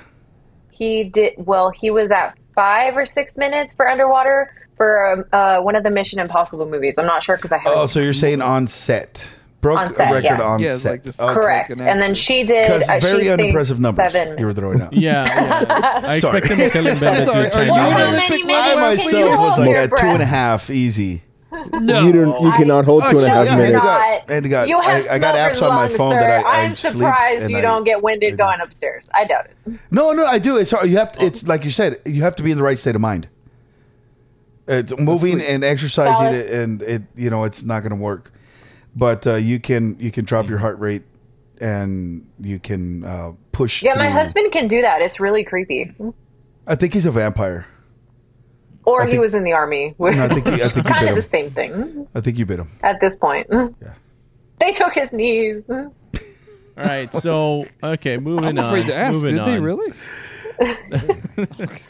[SPEAKER 4] he did well. He was at five or six minutes for underwater for um, uh, one of the Mission Impossible movies. I'm not sure because I haven't.
[SPEAKER 7] Oh, so you're saying on set. Broke
[SPEAKER 4] On set,
[SPEAKER 7] a record
[SPEAKER 4] yeah.
[SPEAKER 7] on
[SPEAKER 2] Yeah, it's
[SPEAKER 7] set.
[SPEAKER 2] like this-
[SPEAKER 7] Okay.
[SPEAKER 4] Correct.
[SPEAKER 2] an
[SPEAKER 4] And then
[SPEAKER 2] actor.
[SPEAKER 4] she did.
[SPEAKER 7] Because
[SPEAKER 4] uh,
[SPEAKER 7] very
[SPEAKER 4] she
[SPEAKER 7] unimpressive
[SPEAKER 4] thinks
[SPEAKER 7] numbers
[SPEAKER 4] Seven.
[SPEAKER 7] you were throwing out.
[SPEAKER 3] Yeah, yeah. I
[SPEAKER 7] Sorry.
[SPEAKER 3] expect him to kill him better
[SPEAKER 2] Sorry,
[SPEAKER 3] to
[SPEAKER 2] are
[SPEAKER 3] a
[SPEAKER 2] you an
[SPEAKER 4] How
[SPEAKER 3] Chinese.
[SPEAKER 2] Olympic
[SPEAKER 4] many minutes
[SPEAKER 2] Well,
[SPEAKER 7] I
[SPEAKER 4] can
[SPEAKER 2] that's-
[SPEAKER 4] you
[SPEAKER 7] myself was
[SPEAKER 4] hold
[SPEAKER 7] like
[SPEAKER 4] your
[SPEAKER 7] at two
[SPEAKER 4] breath?
[SPEAKER 7] and a half easy.
[SPEAKER 2] No.
[SPEAKER 1] You don't. You
[SPEAKER 4] I-
[SPEAKER 1] cannot hold
[SPEAKER 7] Oh,
[SPEAKER 1] two and a
[SPEAKER 7] shit,
[SPEAKER 1] half
[SPEAKER 7] yeah, I
[SPEAKER 1] minutes.
[SPEAKER 7] got- I got-
[SPEAKER 4] you have
[SPEAKER 7] I- I got
[SPEAKER 4] smokers
[SPEAKER 7] apps on my
[SPEAKER 4] lungs,
[SPEAKER 7] phone
[SPEAKER 4] sir.
[SPEAKER 7] that I- I
[SPEAKER 4] am
[SPEAKER 7] sleep
[SPEAKER 4] surprised
[SPEAKER 7] and
[SPEAKER 4] you
[SPEAKER 7] I-
[SPEAKER 4] don't get winded
[SPEAKER 7] I-
[SPEAKER 4] going upstairs. I doubt it.
[SPEAKER 7] No, no, I do. It's you have. To, it's like you said. You have to be in the right state of mind. It's moving
[SPEAKER 2] Asleep.
[SPEAKER 7] and exercising,
[SPEAKER 4] Valid.
[SPEAKER 7] and it you know it's not going to work. But uh, you can you can drop your heart rate, and you can uh, push.
[SPEAKER 4] Yeah, my
[SPEAKER 7] through.
[SPEAKER 4] husband can do that. It's really creepy.
[SPEAKER 7] I think he's a vampire.
[SPEAKER 4] Or
[SPEAKER 7] I
[SPEAKER 4] he
[SPEAKER 7] think-
[SPEAKER 4] was in the army.
[SPEAKER 7] No, I think he- I think you
[SPEAKER 4] kind
[SPEAKER 7] bit
[SPEAKER 4] of
[SPEAKER 7] him.
[SPEAKER 4] the same thing
[SPEAKER 7] I think you bit him.
[SPEAKER 4] at this point. They took his knees. Oh,
[SPEAKER 3] All right, so okay,
[SPEAKER 2] I'm
[SPEAKER 3] moving
[SPEAKER 2] afraid
[SPEAKER 3] on.
[SPEAKER 2] to ask.
[SPEAKER 3] moving
[SPEAKER 2] Did they
[SPEAKER 3] on.
[SPEAKER 2] really?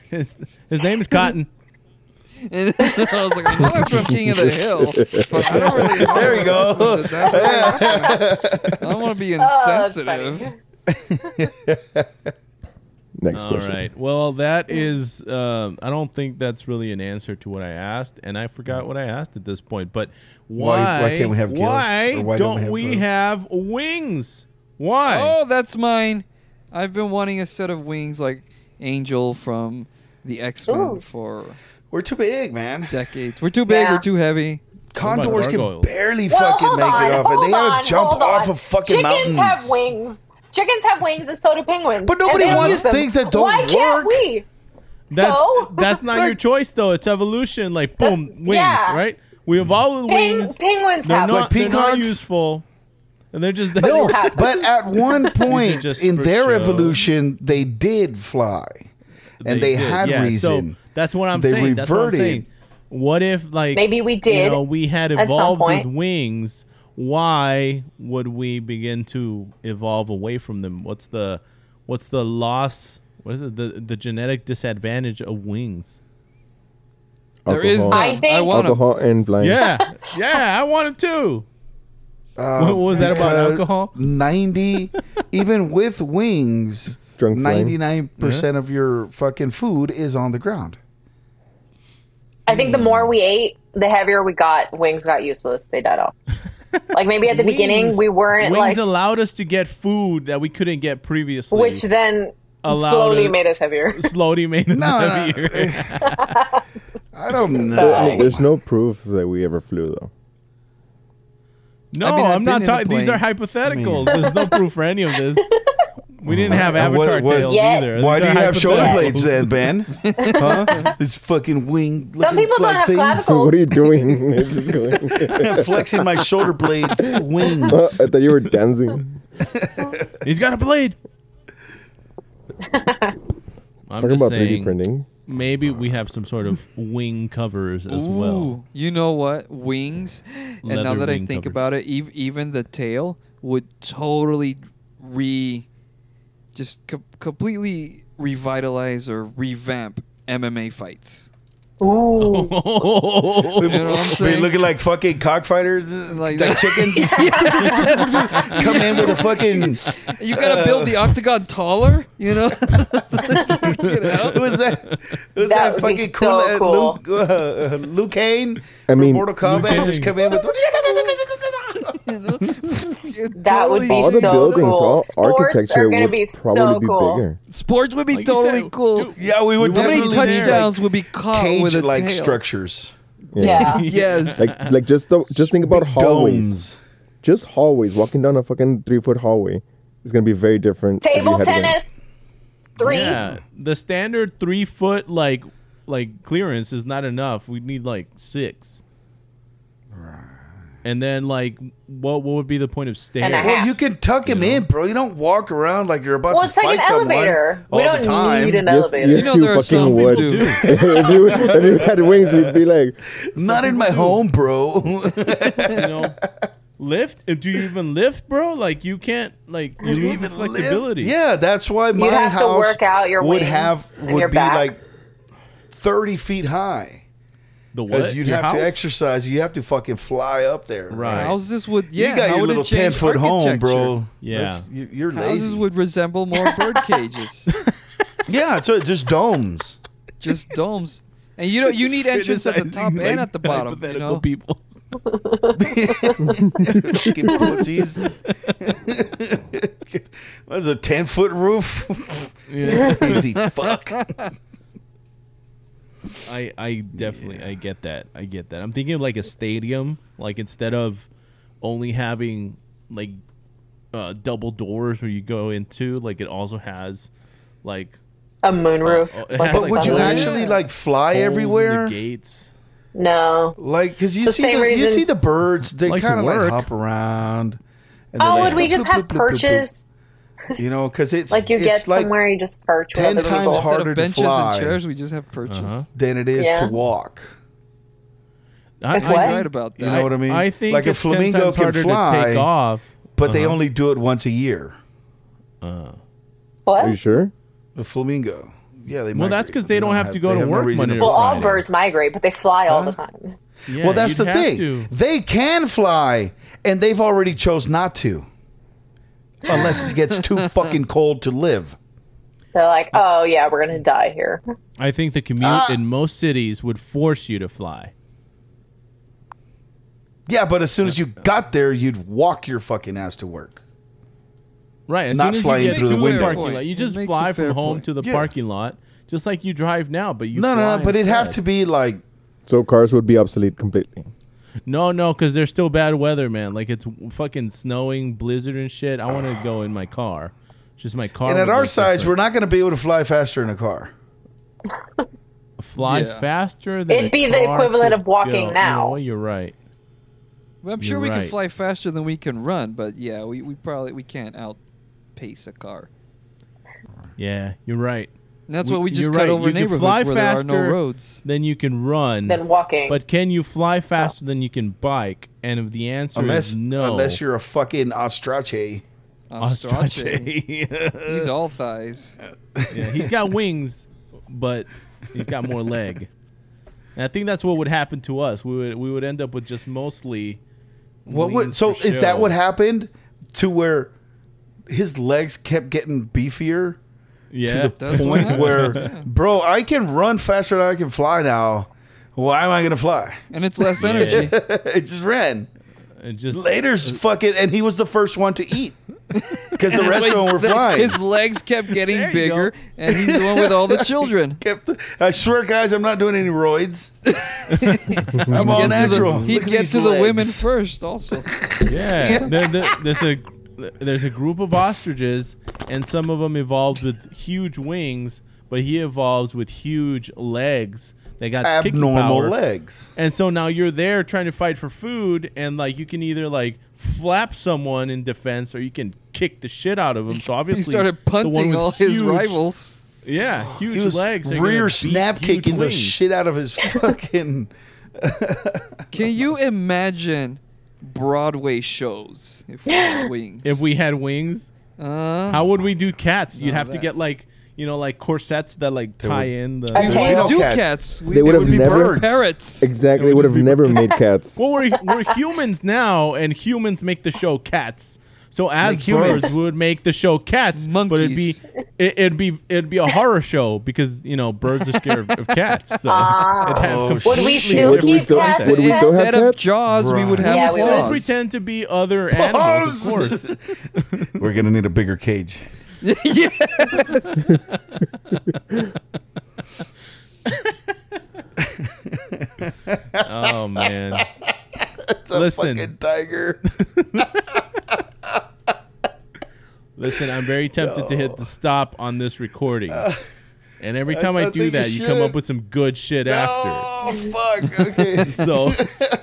[SPEAKER 3] His, his name is Cotton.
[SPEAKER 2] And I was like, I know that's from King of the Hill, but I don't really. Know
[SPEAKER 7] There you go.
[SPEAKER 2] I don't want to be
[SPEAKER 4] Oh, that's
[SPEAKER 2] insensitive.
[SPEAKER 4] funny.
[SPEAKER 1] Next
[SPEAKER 3] All
[SPEAKER 1] question.
[SPEAKER 3] right. Well, that is. Um, I don't think that's really an answer to what I asked, and I forgot what I asked at this point. But why?
[SPEAKER 7] Why- why can't we have gills?
[SPEAKER 3] why
[SPEAKER 7] Or why don't we
[SPEAKER 3] don't
[SPEAKER 7] have
[SPEAKER 3] we
[SPEAKER 7] boobs?
[SPEAKER 3] have wings? Why?
[SPEAKER 2] oh, that's mine. I've been wanting a set of wings like Angel from the X Men
[SPEAKER 4] Ooh.
[SPEAKER 2] for
[SPEAKER 7] We're too big, man.
[SPEAKER 2] decades. We're too big.
[SPEAKER 4] Yeah.
[SPEAKER 2] We're too heavy.
[SPEAKER 7] Condors can
[SPEAKER 3] gargoyles?
[SPEAKER 7] barely
[SPEAKER 4] Well,
[SPEAKER 7] fucking
[SPEAKER 4] hold
[SPEAKER 7] make
[SPEAKER 4] on,
[SPEAKER 7] it off, and they
[SPEAKER 4] hold
[SPEAKER 7] gotta
[SPEAKER 4] on,
[SPEAKER 7] jump
[SPEAKER 4] hold
[SPEAKER 7] off
[SPEAKER 4] on.
[SPEAKER 7] of fucking
[SPEAKER 4] Chickens
[SPEAKER 7] mountains.
[SPEAKER 4] have wings. Chickens have wings, and so do penguins.
[SPEAKER 7] But nobody
[SPEAKER 4] And they don't
[SPEAKER 7] wants
[SPEAKER 4] use them.
[SPEAKER 7] things that don't
[SPEAKER 4] Why
[SPEAKER 7] work.
[SPEAKER 4] can't we?
[SPEAKER 3] That-
[SPEAKER 4] so
[SPEAKER 3] that's not your choice, though. It's evolution. Like boom,
[SPEAKER 4] That's-
[SPEAKER 3] wings.
[SPEAKER 4] yeah.
[SPEAKER 3] Right? We evolved with
[SPEAKER 4] Peng-
[SPEAKER 3] wings.
[SPEAKER 4] penguins
[SPEAKER 3] They're
[SPEAKER 4] have
[SPEAKER 3] not.
[SPEAKER 4] wings.
[SPEAKER 3] They're not
[SPEAKER 7] peacocks?
[SPEAKER 3] useful, and they're just there.
[SPEAKER 7] No,
[SPEAKER 4] happen.
[SPEAKER 7] but at one point
[SPEAKER 3] just
[SPEAKER 7] in
[SPEAKER 3] for
[SPEAKER 7] their
[SPEAKER 3] show.
[SPEAKER 7] evolution, they did fly, and they,
[SPEAKER 3] did,
[SPEAKER 7] had
[SPEAKER 3] yeah.
[SPEAKER 7] reason.
[SPEAKER 3] So that's what I'm
[SPEAKER 7] They
[SPEAKER 3] saying. That's what I'm
[SPEAKER 7] reverted.
[SPEAKER 3] saying. What if like
[SPEAKER 4] Maybe we
[SPEAKER 3] You
[SPEAKER 4] did
[SPEAKER 3] know, we had
[SPEAKER 4] at some
[SPEAKER 3] evolved with
[SPEAKER 4] point.
[SPEAKER 3] wings. Why would we begin to evolve away from them? What's the what's the loss? What is it? The the genetic disadvantage of wings?
[SPEAKER 2] There is
[SPEAKER 1] Alcohol.
[SPEAKER 2] none.
[SPEAKER 4] I think-
[SPEAKER 2] I want 'em.
[SPEAKER 1] alcohol and blind.
[SPEAKER 3] Yeah, yeah, I want them too.
[SPEAKER 7] Uh,
[SPEAKER 3] What was that about
[SPEAKER 7] because
[SPEAKER 3] alcohol?
[SPEAKER 7] Ninety, even with wings,
[SPEAKER 1] Drunk flame.
[SPEAKER 7] ninety-nine percent of your fucking food is on the ground.
[SPEAKER 4] I think the more we ate, the heavier we got. Wings got useless. They died off. Like maybe at the beginning
[SPEAKER 3] Wings-
[SPEAKER 4] we weren't
[SPEAKER 3] Wings
[SPEAKER 4] like,
[SPEAKER 3] allowed us to get food that we couldn't get previously,
[SPEAKER 4] which then
[SPEAKER 3] allowed
[SPEAKER 4] slowly
[SPEAKER 3] us-
[SPEAKER 4] made us heavier.
[SPEAKER 3] slowly made us
[SPEAKER 7] No, no.
[SPEAKER 3] heavier.
[SPEAKER 7] I don't
[SPEAKER 4] Uh,
[SPEAKER 1] I mean,
[SPEAKER 7] know.
[SPEAKER 1] there's no proof that we ever flew though.
[SPEAKER 3] No,
[SPEAKER 2] I mean, I've
[SPEAKER 3] I'm not
[SPEAKER 2] been in a
[SPEAKER 3] talking. These are hypotheticals. There's no proof for any of this. We didn't have
[SPEAKER 7] And Uh, what-
[SPEAKER 3] avatar
[SPEAKER 7] what-
[SPEAKER 3] tales
[SPEAKER 4] Yet-
[SPEAKER 3] either.
[SPEAKER 7] Why do
[SPEAKER 3] These
[SPEAKER 7] you
[SPEAKER 3] are
[SPEAKER 7] have shoulder
[SPEAKER 3] hypotheticals.
[SPEAKER 7] blades then, Ben? Huh? This fucking wing.
[SPEAKER 4] Some
[SPEAKER 7] looking
[SPEAKER 4] people don't
[SPEAKER 7] like
[SPEAKER 4] have
[SPEAKER 7] things.
[SPEAKER 4] clavicles.
[SPEAKER 1] what are you doing? It's just going-
[SPEAKER 7] I'm flexing my shoulder blades, wings.
[SPEAKER 1] Uh, I thought you were dancing.
[SPEAKER 3] He's got a blade. I'm
[SPEAKER 1] Talking
[SPEAKER 3] just
[SPEAKER 1] about 3D
[SPEAKER 3] saying,
[SPEAKER 1] printing.
[SPEAKER 3] maybe we have some sort of wing covers as well.
[SPEAKER 2] Ooh, you know what? Wings. and now
[SPEAKER 3] Leather
[SPEAKER 2] that I
[SPEAKER 3] wing
[SPEAKER 2] think
[SPEAKER 3] covers.
[SPEAKER 2] about it, ev- even the tail would totally re, just co- completely revitalize or revamp MMA fights.
[SPEAKER 4] Ooh.
[SPEAKER 2] You know what I'm
[SPEAKER 7] We're
[SPEAKER 2] saying?
[SPEAKER 7] looking like fucking cockfighters, uh,
[SPEAKER 2] Like
[SPEAKER 7] like, chickens. Come in with a fucking.
[SPEAKER 2] You gotta build the octagon taller, you know? So they can get out.
[SPEAKER 7] Who was that? Who was that,
[SPEAKER 4] That would be
[SPEAKER 7] fucking
[SPEAKER 4] so
[SPEAKER 7] uh,
[SPEAKER 4] cool.
[SPEAKER 7] Luke, uh, uh, Luke Kane.
[SPEAKER 1] I
[SPEAKER 7] from
[SPEAKER 1] mean-
[SPEAKER 7] Mortal Kombat
[SPEAKER 3] Luke
[SPEAKER 7] just
[SPEAKER 3] Kane.
[SPEAKER 7] come in with.
[SPEAKER 2] You know?
[SPEAKER 4] That would be
[SPEAKER 1] All the
[SPEAKER 4] so
[SPEAKER 1] buildings,
[SPEAKER 4] cool.
[SPEAKER 1] all
[SPEAKER 4] Sports
[SPEAKER 1] architecture
[SPEAKER 4] are gonna
[SPEAKER 1] would
[SPEAKER 4] be
[SPEAKER 1] probably
[SPEAKER 4] so
[SPEAKER 1] be
[SPEAKER 4] cool.
[SPEAKER 1] bigger.
[SPEAKER 2] sports would be
[SPEAKER 3] Like you
[SPEAKER 2] totally
[SPEAKER 3] said,
[SPEAKER 2] cool.
[SPEAKER 3] dude,
[SPEAKER 7] Yeah, we would
[SPEAKER 2] How many
[SPEAKER 7] definitely need,
[SPEAKER 2] touchdowns
[SPEAKER 7] like,
[SPEAKER 2] would be caught with a
[SPEAKER 7] cage-like
[SPEAKER 2] tail?
[SPEAKER 7] structures,
[SPEAKER 4] Yeah.
[SPEAKER 2] Yes.
[SPEAKER 1] Like, like just the, just think about hallways.
[SPEAKER 7] domes.
[SPEAKER 1] Just hallways. Walking down a fucking three foot hallway is gonna be very different. if you
[SPEAKER 4] Table
[SPEAKER 1] had wings.
[SPEAKER 4] tennis. Three.
[SPEAKER 3] Yeah, the standard three foot like like clearance is not enough. We need like six. And then like what what would be the point of stairs?
[SPEAKER 4] And a half.
[SPEAKER 7] Well, you can tuck him in, bro. You don't walk around like you're about
[SPEAKER 4] Well,
[SPEAKER 7] to
[SPEAKER 4] it's like
[SPEAKER 7] fight
[SPEAKER 4] an
[SPEAKER 7] someone
[SPEAKER 4] elevator.
[SPEAKER 7] all
[SPEAKER 4] We
[SPEAKER 7] the
[SPEAKER 4] don't
[SPEAKER 7] time.
[SPEAKER 4] need an
[SPEAKER 1] Yes,
[SPEAKER 4] elevator.
[SPEAKER 1] yes,
[SPEAKER 2] You know
[SPEAKER 1] you,
[SPEAKER 2] there are
[SPEAKER 1] fucking
[SPEAKER 2] some people
[SPEAKER 1] would.
[SPEAKER 2] do.
[SPEAKER 1] if, you, if you had wings, you'd be like,
[SPEAKER 7] Not in my home, bro.
[SPEAKER 3] you know lift do you even lift bro like you can't like you lose the
[SPEAKER 7] Live-
[SPEAKER 3] flexibility
[SPEAKER 7] Yeah, that's why my
[SPEAKER 4] have to
[SPEAKER 7] house
[SPEAKER 4] work out your
[SPEAKER 7] would
[SPEAKER 4] wings
[SPEAKER 7] have
[SPEAKER 4] and
[SPEAKER 7] would
[SPEAKER 4] your
[SPEAKER 7] be
[SPEAKER 4] back.
[SPEAKER 7] like thirty feet high
[SPEAKER 3] the
[SPEAKER 7] because
[SPEAKER 3] what
[SPEAKER 7] you'd
[SPEAKER 3] Your
[SPEAKER 7] have to
[SPEAKER 3] house?
[SPEAKER 7] exercise. You have to fucking fly up there.
[SPEAKER 3] Right.
[SPEAKER 2] Houses would yeah.
[SPEAKER 7] you got
[SPEAKER 2] how
[SPEAKER 7] your
[SPEAKER 2] would it
[SPEAKER 7] little ten
[SPEAKER 2] change
[SPEAKER 7] foot home,
[SPEAKER 2] architecture?
[SPEAKER 7] bro.
[SPEAKER 3] Yeah.
[SPEAKER 7] That's- you- you're lazy.
[SPEAKER 2] Houses would resemble more bird cages,
[SPEAKER 7] yeah, so just domes.
[SPEAKER 2] just domes. And you don't you need entrance at the top
[SPEAKER 3] Like,
[SPEAKER 2] and at the bottom. You
[SPEAKER 3] hypothetical
[SPEAKER 2] know?
[SPEAKER 3] people
[SPEAKER 7] Fucking pussies. what is a ten foot roof?
[SPEAKER 3] yeah.
[SPEAKER 7] Easy fuck.
[SPEAKER 3] i i definitely i get that i get that i'm thinking of like a stadium like instead of only having like uh double doors where you go into like it also has like
[SPEAKER 4] a moonroof.
[SPEAKER 3] Oh, it
[SPEAKER 4] Like
[SPEAKER 3] has
[SPEAKER 4] a
[SPEAKER 7] But would you
[SPEAKER 4] sunroof.
[SPEAKER 7] actually like fly
[SPEAKER 3] holes in
[SPEAKER 7] everywhere?
[SPEAKER 3] the gates
[SPEAKER 4] No.
[SPEAKER 7] Like, cause you
[SPEAKER 4] The
[SPEAKER 7] see
[SPEAKER 4] same
[SPEAKER 7] the, you
[SPEAKER 4] reason-
[SPEAKER 7] see the birds, they
[SPEAKER 3] Like to
[SPEAKER 7] kind of like
[SPEAKER 3] work.
[SPEAKER 7] hop around. and they're
[SPEAKER 4] Oh,
[SPEAKER 7] like,
[SPEAKER 4] would we
[SPEAKER 7] bloop,
[SPEAKER 4] just
[SPEAKER 7] bloop,
[SPEAKER 4] have
[SPEAKER 7] bloop, bloop, bloop, bloop.
[SPEAKER 4] perches?
[SPEAKER 7] You know, cause it's
[SPEAKER 4] Like you
[SPEAKER 7] it's
[SPEAKER 4] get
[SPEAKER 7] like
[SPEAKER 4] somewhere, you just perch with
[SPEAKER 7] 10
[SPEAKER 4] other
[SPEAKER 7] times
[SPEAKER 4] people.
[SPEAKER 2] Instead
[SPEAKER 7] harder. harder to
[SPEAKER 2] of benches
[SPEAKER 7] fly.
[SPEAKER 2] and chairs, we just have perches.
[SPEAKER 3] Uh-huh.
[SPEAKER 7] than it is to
[SPEAKER 4] Yeah.
[SPEAKER 7] walk.
[SPEAKER 3] I,
[SPEAKER 4] It's
[SPEAKER 3] I-
[SPEAKER 4] what?
[SPEAKER 2] You're right about that.
[SPEAKER 7] You know what I mean?
[SPEAKER 3] I think
[SPEAKER 7] like a
[SPEAKER 3] it's 10
[SPEAKER 7] flamingo
[SPEAKER 3] times
[SPEAKER 7] can
[SPEAKER 3] harder to
[SPEAKER 7] fly,
[SPEAKER 3] take off
[SPEAKER 7] but they
[SPEAKER 3] Uh-huh.
[SPEAKER 7] only do it once a year.
[SPEAKER 1] Are you
[SPEAKER 4] What?
[SPEAKER 1] sure?
[SPEAKER 7] The flamingo. Yeah, they.
[SPEAKER 3] Well, that's 'cause they don't have to go to work Monday
[SPEAKER 7] money.
[SPEAKER 3] to
[SPEAKER 4] Well, all
[SPEAKER 3] Friday.
[SPEAKER 4] birds migrate, but they fly all the time.
[SPEAKER 3] Yeah,
[SPEAKER 7] well, that's
[SPEAKER 3] you'd
[SPEAKER 7] the
[SPEAKER 3] have
[SPEAKER 7] thing.
[SPEAKER 3] to.
[SPEAKER 7] They can fly, and they've already chose not to, unless it gets too fucking cold to live.
[SPEAKER 4] They're like, oh yeah, we're gonna die here.
[SPEAKER 3] I think the commute
[SPEAKER 4] Ah.
[SPEAKER 3] in most cities would force you to fly.
[SPEAKER 7] Yeah, but as soon as you got there, you'd walk your fucking ass to work.
[SPEAKER 3] Right, as
[SPEAKER 7] Not
[SPEAKER 3] soon as
[SPEAKER 7] flying
[SPEAKER 3] you get
[SPEAKER 7] through
[SPEAKER 3] to
[SPEAKER 7] the window.
[SPEAKER 3] parking
[SPEAKER 2] Point.
[SPEAKER 3] lot, you
[SPEAKER 2] It
[SPEAKER 3] just
[SPEAKER 2] makes a
[SPEAKER 3] fly
[SPEAKER 2] fair
[SPEAKER 3] from home
[SPEAKER 2] point.
[SPEAKER 3] to the
[SPEAKER 7] Yeah.
[SPEAKER 3] parking lot, just like you drive now. But you
[SPEAKER 7] No, no, no.
[SPEAKER 3] fly
[SPEAKER 7] But it'd have to
[SPEAKER 3] instead.
[SPEAKER 7] be like
[SPEAKER 1] So cars would be obsolete completely.
[SPEAKER 3] no, no, because there's still bad weather, man. Like it's fucking snowing, blizzard and shit. I want to go in my car. Just my car.
[SPEAKER 7] And at
[SPEAKER 3] would
[SPEAKER 7] our
[SPEAKER 3] look
[SPEAKER 7] size, we're
[SPEAKER 3] different.
[SPEAKER 7] not going to be able to fly faster in a car.
[SPEAKER 3] fly
[SPEAKER 2] Yeah.
[SPEAKER 3] faster. Than
[SPEAKER 4] It'd
[SPEAKER 3] a
[SPEAKER 4] be the
[SPEAKER 3] car
[SPEAKER 4] equivalent
[SPEAKER 3] could
[SPEAKER 4] of walking
[SPEAKER 3] go. You know
[SPEAKER 4] now.
[SPEAKER 3] what? You're right.
[SPEAKER 2] Well, I'm
[SPEAKER 3] You're
[SPEAKER 2] sure we
[SPEAKER 3] right.
[SPEAKER 2] can fly faster than we can run, but yeah, we, we probably we can't outpace a car.
[SPEAKER 3] Yeah, you're right.
[SPEAKER 2] And that's
[SPEAKER 3] We-
[SPEAKER 2] what we just
[SPEAKER 3] you're
[SPEAKER 2] cut
[SPEAKER 3] right.
[SPEAKER 2] over
[SPEAKER 3] You can
[SPEAKER 2] neighborhoods
[SPEAKER 3] fly
[SPEAKER 2] where there are
[SPEAKER 3] faster
[SPEAKER 2] no roads.
[SPEAKER 3] Then you can run.
[SPEAKER 4] Then walking.
[SPEAKER 3] But can you fly faster than you can bike? And if the answer
[SPEAKER 7] Unless
[SPEAKER 3] is no,
[SPEAKER 7] unless you're a fucking ostrache.
[SPEAKER 2] Ostrace. He's
[SPEAKER 3] he's,
[SPEAKER 2] all thighs.
[SPEAKER 3] yeah, he's got wings, but he's got more leg. And I think that's what would happen to us. We would we would end up with just mostly.
[SPEAKER 7] What would
[SPEAKER 3] wings
[SPEAKER 7] so
[SPEAKER 3] for
[SPEAKER 7] is that
[SPEAKER 3] show.
[SPEAKER 7] what happened to where his legs kept getting beefier
[SPEAKER 3] Yeah,
[SPEAKER 7] to the
[SPEAKER 2] That's what
[SPEAKER 7] point
[SPEAKER 2] happened.
[SPEAKER 7] where bro, I can run faster than I can fly now. Why am I gonna fly?
[SPEAKER 2] And it's less
[SPEAKER 3] Yeah.
[SPEAKER 2] energy.
[SPEAKER 7] it just ran.
[SPEAKER 3] it just
[SPEAKER 7] Later's fucking and he was the first one to eat. Because the rest of them were
[SPEAKER 2] His-
[SPEAKER 7] flying.
[SPEAKER 2] His legs kept
[SPEAKER 3] There
[SPEAKER 2] getting
[SPEAKER 3] you
[SPEAKER 2] bigger,
[SPEAKER 3] go.
[SPEAKER 2] and he's the one with all the children.
[SPEAKER 7] kept. I swear, guys, I'm not doing any roids. I'm all
[SPEAKER 2] Get to the-
[SPEAKER 7] natural.
[SPEAKER 2] he'd
[SPEAKER 7] Look at
[SPEAKER 2] get
[SPEAKER 7] these
[SPEAKER 2] to the women
[SPEAKER 7] legs.
[SPEAKER 2] first, also.
[SPEAKER 3] Yeah, there, there- there's a there's a group of ostriches, and some of them evolved with huge wings, but he evolves with huge legs. They got kicking
[SPEAKER 7] abnormal
[SPEAKER 3] power.
[SPEAKER 7] legs.
[SPEAKER 3] And so now you're there trying to fight for food, and like you can either like flap someone in defense, or you can kick the shit out of them. So obviously,
[SPEAKER 2] He started
[SPEAKER 3] the one
[SPEAKER 2] punting
[SPEAKER 3] with
[SPEAKER 2] all his
[SPEAKER 3] huge-
[SPEAKER 2] rivals.
[SPEAKER 3] Yeah, huge
[SPEAKER 7] He was
[SPEAKER 3] legs, are gonna
[SPEAKER 7] rear
[SPEAKER 3] beat
[SPEAKER 7] snap
[SPEAKER 3] huge
[SPEAKER 7] kicking the
[SPEAKER 3] wings.
[SPEAKER 7] shit out of his fucking.
[SPEAKER 2] Can you imagine Broadway shows if we had wings?
[SPEAKER 3] If we had wings,
[SPEAKER 2] Uh,
[SPEAKER 3] how would we do cats? You'd
[SPEAKER 2] No,
[SPEAKER 3] have to get
[SPEAKER 2] that's-
[SPEAKER 3] like you know like corsets that like tie in the.
[SPEAKER 4] A tail.
[SPEAKER 2] do
[SPEAKER 7] cats.
[SPEAKER 2] cats. We,
[SPEAKER 1] They would
[SPEAKER 2] it
[SPEAKER 1] have
[SPEAKER 2] be
[SPEAKER 1] never-
[SPEAKER 2] bird parrots.
[SPEAKER 1] Exactly.
[SPEAKER 3] It would
[SPEAKER 1] would
[SPEAKER 3] just
[SPEAKER 1] have
[SPEAKER 3] be-
[SPEAKER 1] never made cats.
[SPEAKER 3] Well, we're, we're humans now, and humans make the show cats. So as
[SPEAKER 7] Make humans.
[SPEAKER 3] humans, we would make the show cats, but it'd be
[SPEAKER 2] Monkeys.
[SPEAKER 3] it, it'd be it'd be a horror show because you know birds are scared of, of cats. So it'd have
[SPEAKER 7] Oh,
[SPEAKER 3] completely
[SPEAKER 4] Ah. Would we still
[SPEAKER 3] different
[SPEAKER 1] keep
[SPEAKER 3] concepts.
[SPEAKER 1] cats
[SPEAKER 2] Instead,
[SPEAKER 1] Would we still have
[SPEAKER 2] instead of
[SPEAKER 1] cats?
[SPEAKER 2] jaws, we would have
[SPEAKER 4] Yeah,
[SPEAKER 2] claws.
[SPEAKER 4] we would.
[SPEAKER 3] Still pretend to be other animals, of course.
[SPEAKER 7] We're gonna need a bigger cage.
[SPEAKER 2] yes.
[SPEAKER 3] Oh man,
[SPEAKER 7] It's a
[SPEAKER 3] Listen.
[SPEAKER 7] fucking tiger.
[SPEAKER 3] listen, I'm very tempted to hit the stop on this recording And every time I,
[SPEAKER 7] I
[SPEAKER 3] do
[SPEAKER 7] think you
[SPEAKER 3] that, you, come up
[SPEAKER 7] should.
[SPEAKER 3] with some good shit after.
[SPEAKER 7] Oh fuck! Okay,
[SPEAKER 3] So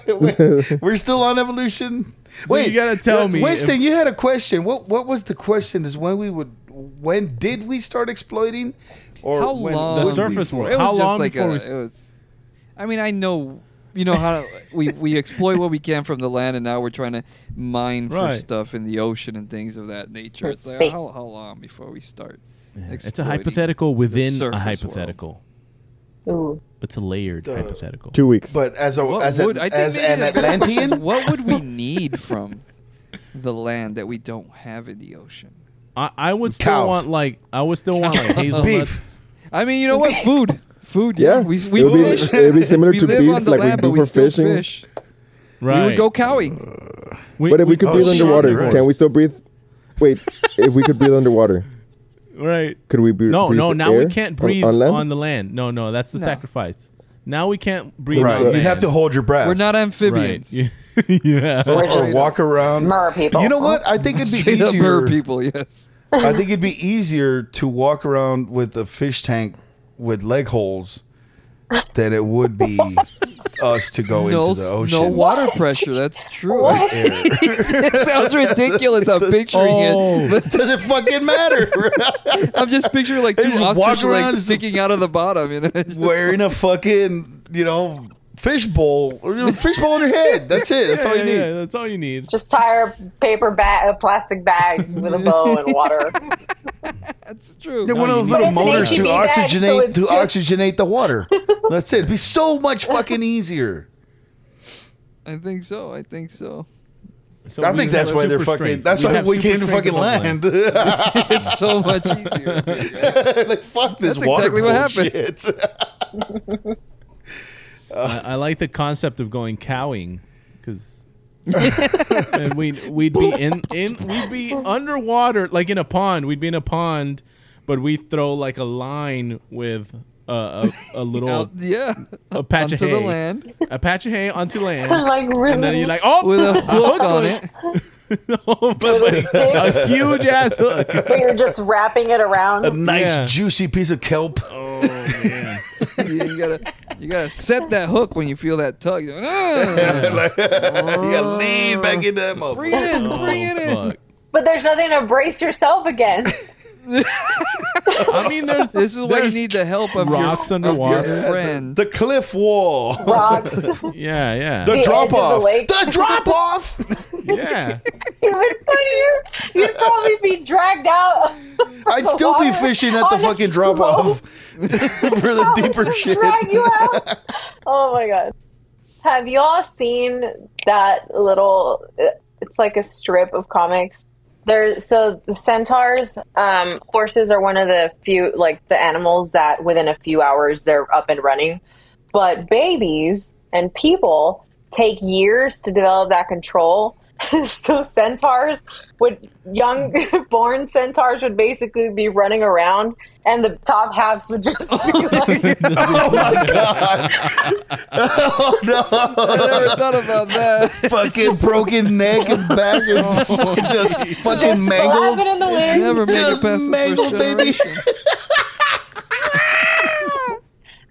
[SPEAKER 7] Wait, we're still on evolution.
[SPEAKER 3] So you gotta tell me
[SPEAKER 7] Winston.
[SPEAKER 3] if-
[SPEAKER 7] you had a question. What What was the question? Is when we would, when did we start exploiting, or
[SPEAKER 2] How
[SPEAKER 7] when
[SPEAKER 2] long?
[SPEAKER 3] The
[SPEAKER 7] would we?
[SPEAKER 3] surface world.
[SPEAKER 2] It was
[SPEAKER 3] How
[SPEAKER 2] just
[SPEAKER 3] long
[SPEAKER 2] like
[SPEAKER 3] before
[SPEAKER 2] a,
[SPEAKER 3] we-
[SPEAKER 2] it was, I mean, I know, you know how we we exploit what we can from the land, and now we're trying to mine for
[SPEAKER 3] Right.
[SPEAKER 2] stuff in the ocean and things of that nature.
[SPEAKER 4] Or
[SPEAKER 2] It's like
[SPEAKER 4] space.
[SPEAKER 2] how, how long before we start?
[SPEAKER 3] it's a
[SPEAKER 2] exploiting?
[SPEAKER 3] hypothetical within a
[SPEAKER 2] surface
[SPEAKER 3] hypothetical.
[SPEAKER 4] Ooh.
[SPEAKER 3] It's a layered hypothetical.
[SPEAKER 1] Two weeks.
[SPEAKER 7] But as a
[SPEAKER 2] What
[SPEAKER 7] as,
[SPEAKER 2] would,
[SPEAKER 7] a,
[SPEAKER 2] I think
[SPEAKER 7] as
[SPEAKER 2] maybe
[SPEAKER 7] an
[SPEAKER 2] the better question is,
[SPEAKER 7] Atlantean,
[SPEAKER 2] what would we need from the land that we don't have in the ocean?
[SPEAKER 3] I, I would still
[SPEAKER 7] Cow.
[SPEAKER 3] want like I would still want like hazelnuts.
[SPEAKER 2] I mean, you know what? Food. Food.
[SPEAKER 1] yeah,
[SPEAKER 2] We, we
[SPEAKER 1] it would be,
[SPEAKER 2] fish.
[SPEAKER 1] it'd be similar
[SPEAKER 2] we
[SPEAKER 1] to
[SPEAKER 2] live
[SPEAKER 1] beef,
[SPEAKER 2] on the
[SPEAKER 1] like we
[SPEAKER 2] land, but
[SPEAKER 1] do for
[SPEAKER 2] still
[SPEAKER 1] fishing.
[SPEAKER 2] Fish.
[SPEAKER 3] Right.
[SPEAKER 2] We would go cowing.
[SPEAKER 3] We-
[SPEAKER 1] But if we could
[SPEAKER 7] Oh,
[SPEAKER 1] breathe
[SPEAKER 7] shit,
[SPEAKER 1] underwater,
[SPEAKER 7] you're right.
[SPEAKER 1] can we still breathe? Wait, if we could breathe underwater,
[SPEAKER 3] Right.
[SPEAKER 1] could we breathe?
[SPEAKER 3] No,
[SPEAKER 1] breathe
[SPEAKER 3] no.
[SPEAKER 1] the
[SPEAKER 3] Now
[SPEAKER 1] air
[SPEAKER 3] we can't breathe on,
[SPEAKER 1] on, land.
[SPEAKER 3] the land. No, no. That's the
[SPEAKER 2] No.
[SPEAKER 3] sacrifice. Now we can't breathe.
[SPEAKER 7] right?
[SPEAKER 3] on
[SPEAKER 7] You'd
[SPEAKER 3] land.
[SPEAKER 7] have to hold your breath.
[SPEAKER 2] We're not
[SPEAKER 3] Right.
[SPEAKER 2] amphibians.
[SPEAKER 3] yeah.
[SPEAKER 4] We're
[SPEAKER 7] or
[SPEAKER 4] just
[SPEAKER 7] walk around.
[SPEAKER 4] mer people.
[SPEAKER 7] You know what? I think it'd be
[SPEAKER 2] Straight up
[SPEAKER 7] easier.
[SPEAKER 2] bird people, yes.
[SPEAKER 7] I think it'd be easier to walk around with a fish tank with leg holes than it would be us to go
[SPEAKER 2] No,
[SPEAKER 7] into the
[SPEAKER 2] s-
[SPEAKER 7] ocean.
[SPEAKER 2] no water pressure. That's true. it sounds ridiculous. I'm picturing
[SPEAKER 3] Oh.
[SPEAKER 2] it, but
[SPEAKER 7] Does it fucking matter?
[SPEAKER 2] I'm just picturing like
[SPEAKER 7] They
[SPEAKER 2] two
[SPEAKER 7] just walk
[SPEAKER 2] ostrich
[SPEAKER 7] around
[SPEAKER 2] legs
[SPEAKER 7] and s-
[SPEAKER 2] sticking out of the bottom. You know, It's just-
[SPEAKER 7] Wearing a fucking, you know, fish bowl. or a Fish bowl on your head. That's it. That's all you
[SPEAKER 3] Yeah,
[SPEAKER 7] need.
[SPEAKER 3] yeah, that's all you need.
[SPEAKER 4] Just tie a paper bag, a plastic bag with a bow and water.
[SPEAKER 2] that's true.
[SPEAKER 7] Get one of those
[SPEAKER 3] No, you
[SPEAKER 7] little
[SPEAKER 4] need- But
[SPEAKER 7] motors
[SPEAKER 4] it's
[SPEAKER 7] to
[SPEAKER 4] an HEB bag, so
[SPEAKER 7] oxygenate
[SPEAKER 4] it's
[SPEAKER 7] to
[SPEAKER 4] just-
[SPEAKER 7] oxygenate the water. That's it. It'd be so much fucking easier.
[SPEAKER 2] I think so. I think so.
[SPEAKER 3] So
[SPEAKER 7] I
[SPEAKER 3] we
[SPEAKER 7] think
[SPEAKER 3] have
[SPEAKER 7] that's why they're
[SPEAKER 3] super
[SPEAKER 7] fucking.
[SPEAKER 3] strength.
[SPEAKER 7] That's why
[SPEAKER 3] have
[SPEAKER 7] we
[SPEAKER 3] super
[SPEAKER 7] came to
[SPEAKER 3] strength
[SPEAKER 7] fucking
[SPEAKER 3] above
[SPEAKER 7] land.
[SPEAKER 2] It's so much easier.
[SPEAKER 7] like fuck this
[SPEAKER 2] That's
[SPEAKER 7] water
[SPEAKER 2] exactly what happened.
[SPEAKER 7] bullshit.
[SPEAKER 3] I, I like the concept of going cowing because and we'd we'd be in in we'd be underwater like in a pond. We'd be in a pond, but we throw like a line with a a, a little
[SPEAKER 2] Out- yeah,
[SPEAKER 3] a patch of
[SPEAKER 2] onto
[SPEAKER 3] hay,
[SPEAKER 2] the land
[SPEAKER 3] a patch of hay onto land,
[SPEAKER 4] like really.
[SPEAKER 3] and then you're like, oh,
[SPEAKER 2] with a hook
[SPEAKER 3] hooked
[SPEAKER 2] on
[SPEAKER 3] on
[SPEAKER 2] it.
[SPEAKER 3] no, but like, a huge ass hook.
[SPEAKER 4] but you're just wrapping it
[SPEAKER 7] a
[SPEAKER 4] around.
[SPEAKER 7] nice
[SPEAKER 3] Yeah.
[SPEAKER 7] juicy piece of kelp.
[SPEAKER 2] You, you gotta, you gotta set that hook when you feel that tug. You're like, "Ah,
[SPEAKER 7] you gotta lean back into that
[SPEAKER 2] bring
[SPEAKER 7] motherfucker.
[SPEAKER 2] it in, bring
[SPEAKER 3] Oh,
[SPEAKER 2] it in.
[SPEAKER 3] fuck.
[SPEAKER 4] But there's nothing to brace yourself against.
[SPEAKER 3] I mean, there's
[SPEAKER 2] This is why you
[SPEAKER 3] there's-
[SPEAKER 2] need the help of
[SPEAKER 3] rocks
[SPEAKER 2] your,
[SPEAKER 3] underwater.
[SPEAKER 2] of your friend.
[SPEAKER 7] The cliff wall.
[SPEAKER 4] Rocks,
[SPEAKER 3] Yeah, yeah,
[SPEAKER 7] The
[SPEAKER 4] edge
[SPEAKER 7] drop
[SPEAKER 4] of the
[SPEAKER 7] off.
[SPEAKER 4] lake.
[SPEAKER 7] The, drop off.
[SPEAKER 3] yeah.
[SPEAKER 4] even funnier. You'd probably be dragged out.
[SPEAKER 7] I'd still be fishing at the
[SPEAKER 4] On a
[SPEAKER 7] fucking drop off for the deeper
[SPEAKER 4] Oh, Just
[SPEAKER 7] shit.
[SPEAKER 4] drag you out. Oh my god. Have y'all seen that little? It's like a strip of comics. There, so the centaurs, um, horses are one of the few, like the animals that within a few hours they're up and running. But babies and people take years to develop that control. so centaurs would young born centaurs would basically be running around, and the top halves would just be like
[SPEAKER 7] Oh my god. oh no.
[SPEAKER 2] I never thought about that.
[SPEAKER 7] Fucking broken neck and back and just fucking
[SPEAKER 4] Oh, just
[SPEAKER 7] mangled.
[SPEAKER 4] slapping in the wind.
[SPEAKER 2] Never made
[SPEAKER 7] Just
[SPEAKER 2] it past the
[SPEAKER 7] mangled,
[SPEAKER 2] first
[SPEAKER 7] baby.
[SPEAKER 2] generation.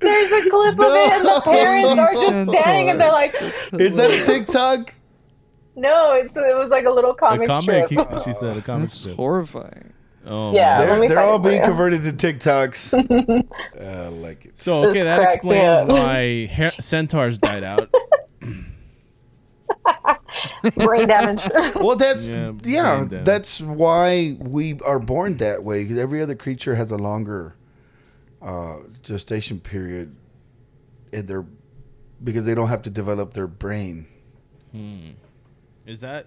[SPEAKER 4] There's a clip of it, and the parents
[SPEAKER 2] No.
[SPEAKER 4] are just standing, and they're like,
[SPEAKER 7] Is that a TikTok?
[SPEAKER 4] "No, it's it was like a little
[SPEAKER 3] A
[SPEAKER 4] comic,
[SPEAKER 3] comic,
[SPEAKER 4] strip."
[SPEAKER 3] he- she said. A comic
[SPEAKER 2] That's
[SPEAKER 3] strip.
[SPEAKER 2] horrifying.
[SPEAKER 3] Oh,
[SPEAKER 4] Yeah. Let
[SPEAKER 7] They're,
[SPEAKER 4] me
[SPEAKER 7] they're
[SPEAKER 4] find
[SPEAKER 7] all
[SPEAKER 4] it for
[SPEAKER 7] being
[SPEAKER 4] you.
[SPEAKER 7] converted to TikToks. I like it.
[SPEAKER 3] So okay,
[SPEAKER 4] This
[SPEAKER 3] that
[SPEAKER 4] cracks me
[SPEAKER 3] explains
[SPEAKER 4] up.
[SPEAKER 3] why hair- centaurs died out.
[SPEAKER 4] Brain damage.
[SPEAKER 7] Well, that's
[SPEAKER 3] Yeah,
[SPEAKER 7] yeah.
[SPEAKER 3] brain damage.
[SPEAKER 7] that's why we are born that way because every other creature has a longer uh, gestation period in their because they don't have to develop their brain.
[SPEAKER 3] Is that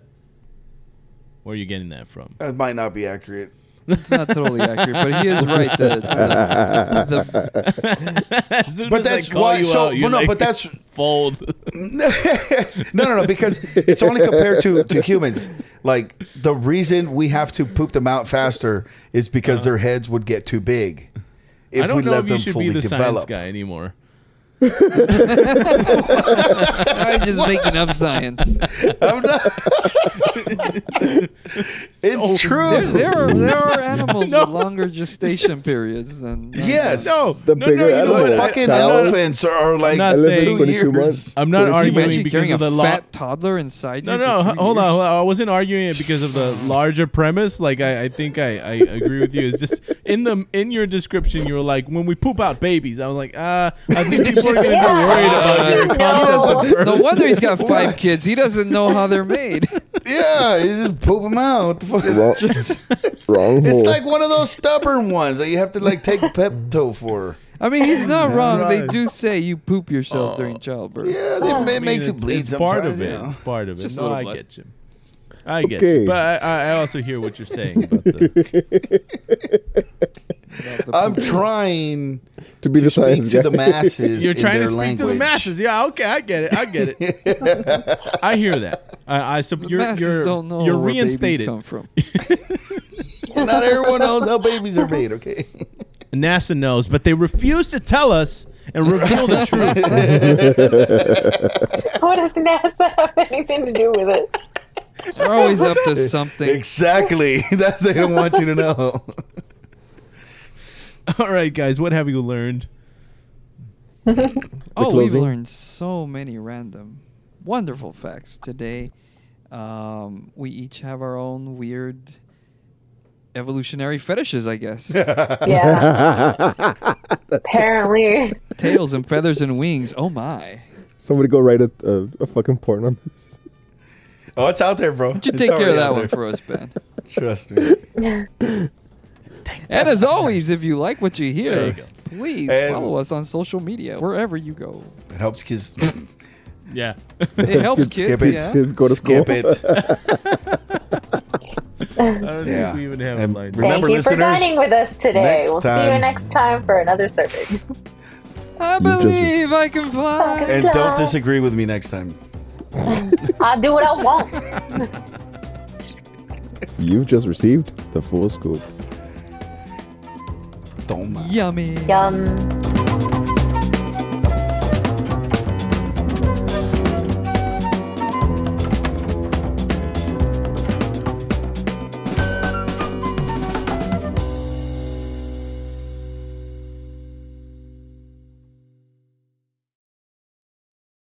[SPEAKER 3] where are you getting that from?
[SPEAKER 7] That might not be accurate.
[SPEAKER 2] It's not totally accurate, but he is right that it's uh, the,
[SPEAKER 3] As soon
[SPEAKER 7] But
[SPEAKER 3] as I
[SPEAKER 7] that's
[SPEAKER 3] call
[SPEAKER 7] why.
[SPEAKER 3] you
[SPEAKER 7] So
[SPEAKER 3] out, you
[SPEAKER 7] well, no,
[SPEAKER 3] like
[SPEAKER 7] but that's
[SPEAKER 3] fold.
[SPEAKER 7] no, no, no, because it's only compared to to humans. Like the reason we have to poop them out faster is because their heads would get too big. If
[SPEAKER 3] I
[SPEAKER 7] we
[SPEAKER 3] don't know
[SPEAKER 7] let
[SPEAKER 3] if you
[SPEAKER 7] them
[SPEAKER 3] should
[SPEAKER 7] fully
[SPEAKER 3] be the science
[SPEAKER 7] develop.
[SPEAKER 3] guy anymore.
[SPEAKER 2] I'm just making up science.
[SPEAKER 7] I'm not. it's true.
[SPEAKER 2] There, there are there are animals
[SPEAKER 3] No.
[SPEAKER 2] with longer gestation periods than than us.
[SPEAKER 7] Yes. No.
[SPEAKER 1] The
[SPEAKER 3] No, no,
[SPEAKER 1] bigger
[SPEAKER 3] you know
[SPEAKER 1] animal.
[SPEAKER 3] what?
[SPEAKER 1] that
[SPEAKER 7] Fucking
[SPEAKER 1] cow-
[SPEAKER 7] elephants are like
[SPEAKER 1] I
[SPEAKER 3] not
[SPEAKER 1] lived
[SPEAKER 3] saying-
[SPEAKER 1] for 22
[SPEAKER 7] years.
[SPEAKER 1] months.
[SPEAKER 3] I'm not
[SPEAKER 1] 22
[SPEAKER 3] arguing
[SPEAKER 1] months.
[SPEAKER 2] Imagine
[SPEAKER 3] because
[SPEAKER 2] carrying
[SPEAKER 3] of
[SPEAKER 2] a
[SPEAKER 3] the lo-
[SPEAKER 2] fat toddler inside
[SPEAKER 3] No,
[SPEAKER 2] you.
[SPEAKER 3] no,
[SPEAKER 2] for
[SPEAKER 3] h-
[SPEAKER 2] three
[SPEAKER 3] hold on,
[SPEAKER 2] years.
[SPEAKER 3] hold on. I wasn't arguing it because of the larger premise. Like I, I think I, I agree with you. It's just in the in your description, you were like, when we poop out babies. I was like, ah, I think people are gonna be worried about your
[SPEAKER 4] No.
[SPEAKER 3] concept of birth.
[SPEAKER 2] No wonder he's got five kids. He doesn't know how they're made.
[SPEAKER 7] Yeah, you just poop them out. What the fuck?
[SPEAKER 1] Wrong, wrong hole.
[SPEAKER 7] It's like one of those stubborn ones that you have to like take Pepto for.
[SPEAKER 2] I mean, he's not wrong. They
[SPEAKER 3] Right.
[SPEAKER 2] do say you poop yourself
[SPEAKER 3] Oh.
[SPEAKER 2] during childbirth.
[SPEAKER 7] Yeah, they,
[SPEAKER 3] I
[SPEAKER 7] it
[SPEAKER 3] mean,
[SPEAKER 7] makes you
[SPEAKER 3] it's-
[SPEAKER 7] bleed.
[SPEAKER 3] It's part
[SPEAKER 7] sometimes,
[SPEAKER 3] of
[SPEAKER 7] you
[SPEAKER 3] it.
[SPEAKER 7] know.
[SPEAKER 3] It's part of it.
[SPEAKER 2] just a
[SPEAKER 3] no,
[SPEAKER 2] little
[SPEAKER 3] I
[SPEAKER 2] blood.
[SPEAKER 3] get you. I get
[SPEAKER 1] Okay.
[SPEAKER 3] you. But I, I I also hear what you're saying. About the,
[SPEAKER 2] About the
[SPEAKER 7] I'm
[SPEAKER 2] poop.
[SPEAKER 7] trying
[SPEAKER 1] to be the
[SPEAKER 7] to speak
[SPEAKER 1] science
[SPEAKER 7] to
[SPEAKER 1] guy.
[SPEAKER 7] the masses.
[SPEAKER 3] you're
[SPEAKER 7] in
[SPEAKER 3] trying
[SPEAKER 7] their
[SPEAKER 3] to speak
[SPEAKER 7] language.
[SPEAKER 3] to the masses. Yeah, okay, I get it. I get it. I hear that. I, I sub-
[SPEAKER 2] The
[SPEAKER 3] you're,
[SPEAKER 2] masses
[SPEAKER 3] you're,
[SPEAKER 2] don't know
[SPEAKER 3] you're
[SPEAKER 2] where babies
[SPEAKER 3] reinstated.
[SPEAKER 2] come from.
[SPEAKER 7] Not everyone knows how babies are made. Okay.
[SPEAKER 3] NASA knows, but they refuse to tell us and reveal the truth.
[SPEAKER 4] What does NASA have anything to do with it?
[SPEAKER 2] They're always up to something.
[SPEAKER 7] exactly. That's they don't want you to know.
[SPEAKER 3] All right, guys, what have you learned?
[SPEAKER 2] Oh, we've
[SPEAKER 1] clothing.
[SPEAKER 2] learned so many random, wonderful facts today. Um, we each have our own weird evolutionary fetishes, I guess.
[SPEAKER 4] Yeah, apparently.
[SPEAKER 2] Tails and feathers and wings. Oh my!
[SPEAKER 1] Somebody go write a, a, a fucking porn on this.
[SPEAKER 7] oh, it's out there, bro.
[SPEAKER 2] Why don't you take care of that one for us, Ben?
[SPEAKER 7] Trust me.
[SPEAKER 2] And as always, if you like what you hear,
[SPEAKER 3] There you go.
[SPEAKER 2] please
[SPEAKER 7] And-
[SPEAKER 2] follow us on social media wherever you go.
[SPEAKER 7] It helps kids.
[SPEAKER 3] Yeah.
[SPEAKER 2] It helps
[SPEAKER 1] Skip
[SPEAKER 2] kids,
[SPEAKER 1] it,
[SPEAKER 2] yeah.
[SPEAKER 1] kids go to
[SPEAKER 7] Skip
[SPEAKER 1] school.
[SPEAKER 7] it.
[SPEAKER 3] I don't
[SPEAKER 7] Yeah.
[SPEAKER 3] think we even have
[SPEAKER 7] And
[SPEAKER 3] like
[SPEAKER 7] remember-
[SPEAKER 4] Thank you for
[SPEAKER 7] listeners,
[SPEAKER 4] dining with us today.
[SPEAKER 7] next
[SPEAKER 4] We'll see you
[SPEAKER 7] time-
[SPEAKER 4] next time for another survey.
[SPEAKER 2] I
[SPEAKER 1] just-
[SPEAKER 2] believe I can fly.
[SPEAKER 7] and don't disagree with me next time.
[SPEAKER 4] I'll do what I want.
[SPEAKER 1] You've just received the full scoop.
[SPEAKER 7] Don't mind.
[SPEAKER 2] Yummy.
[SPEAKER 4] Yum.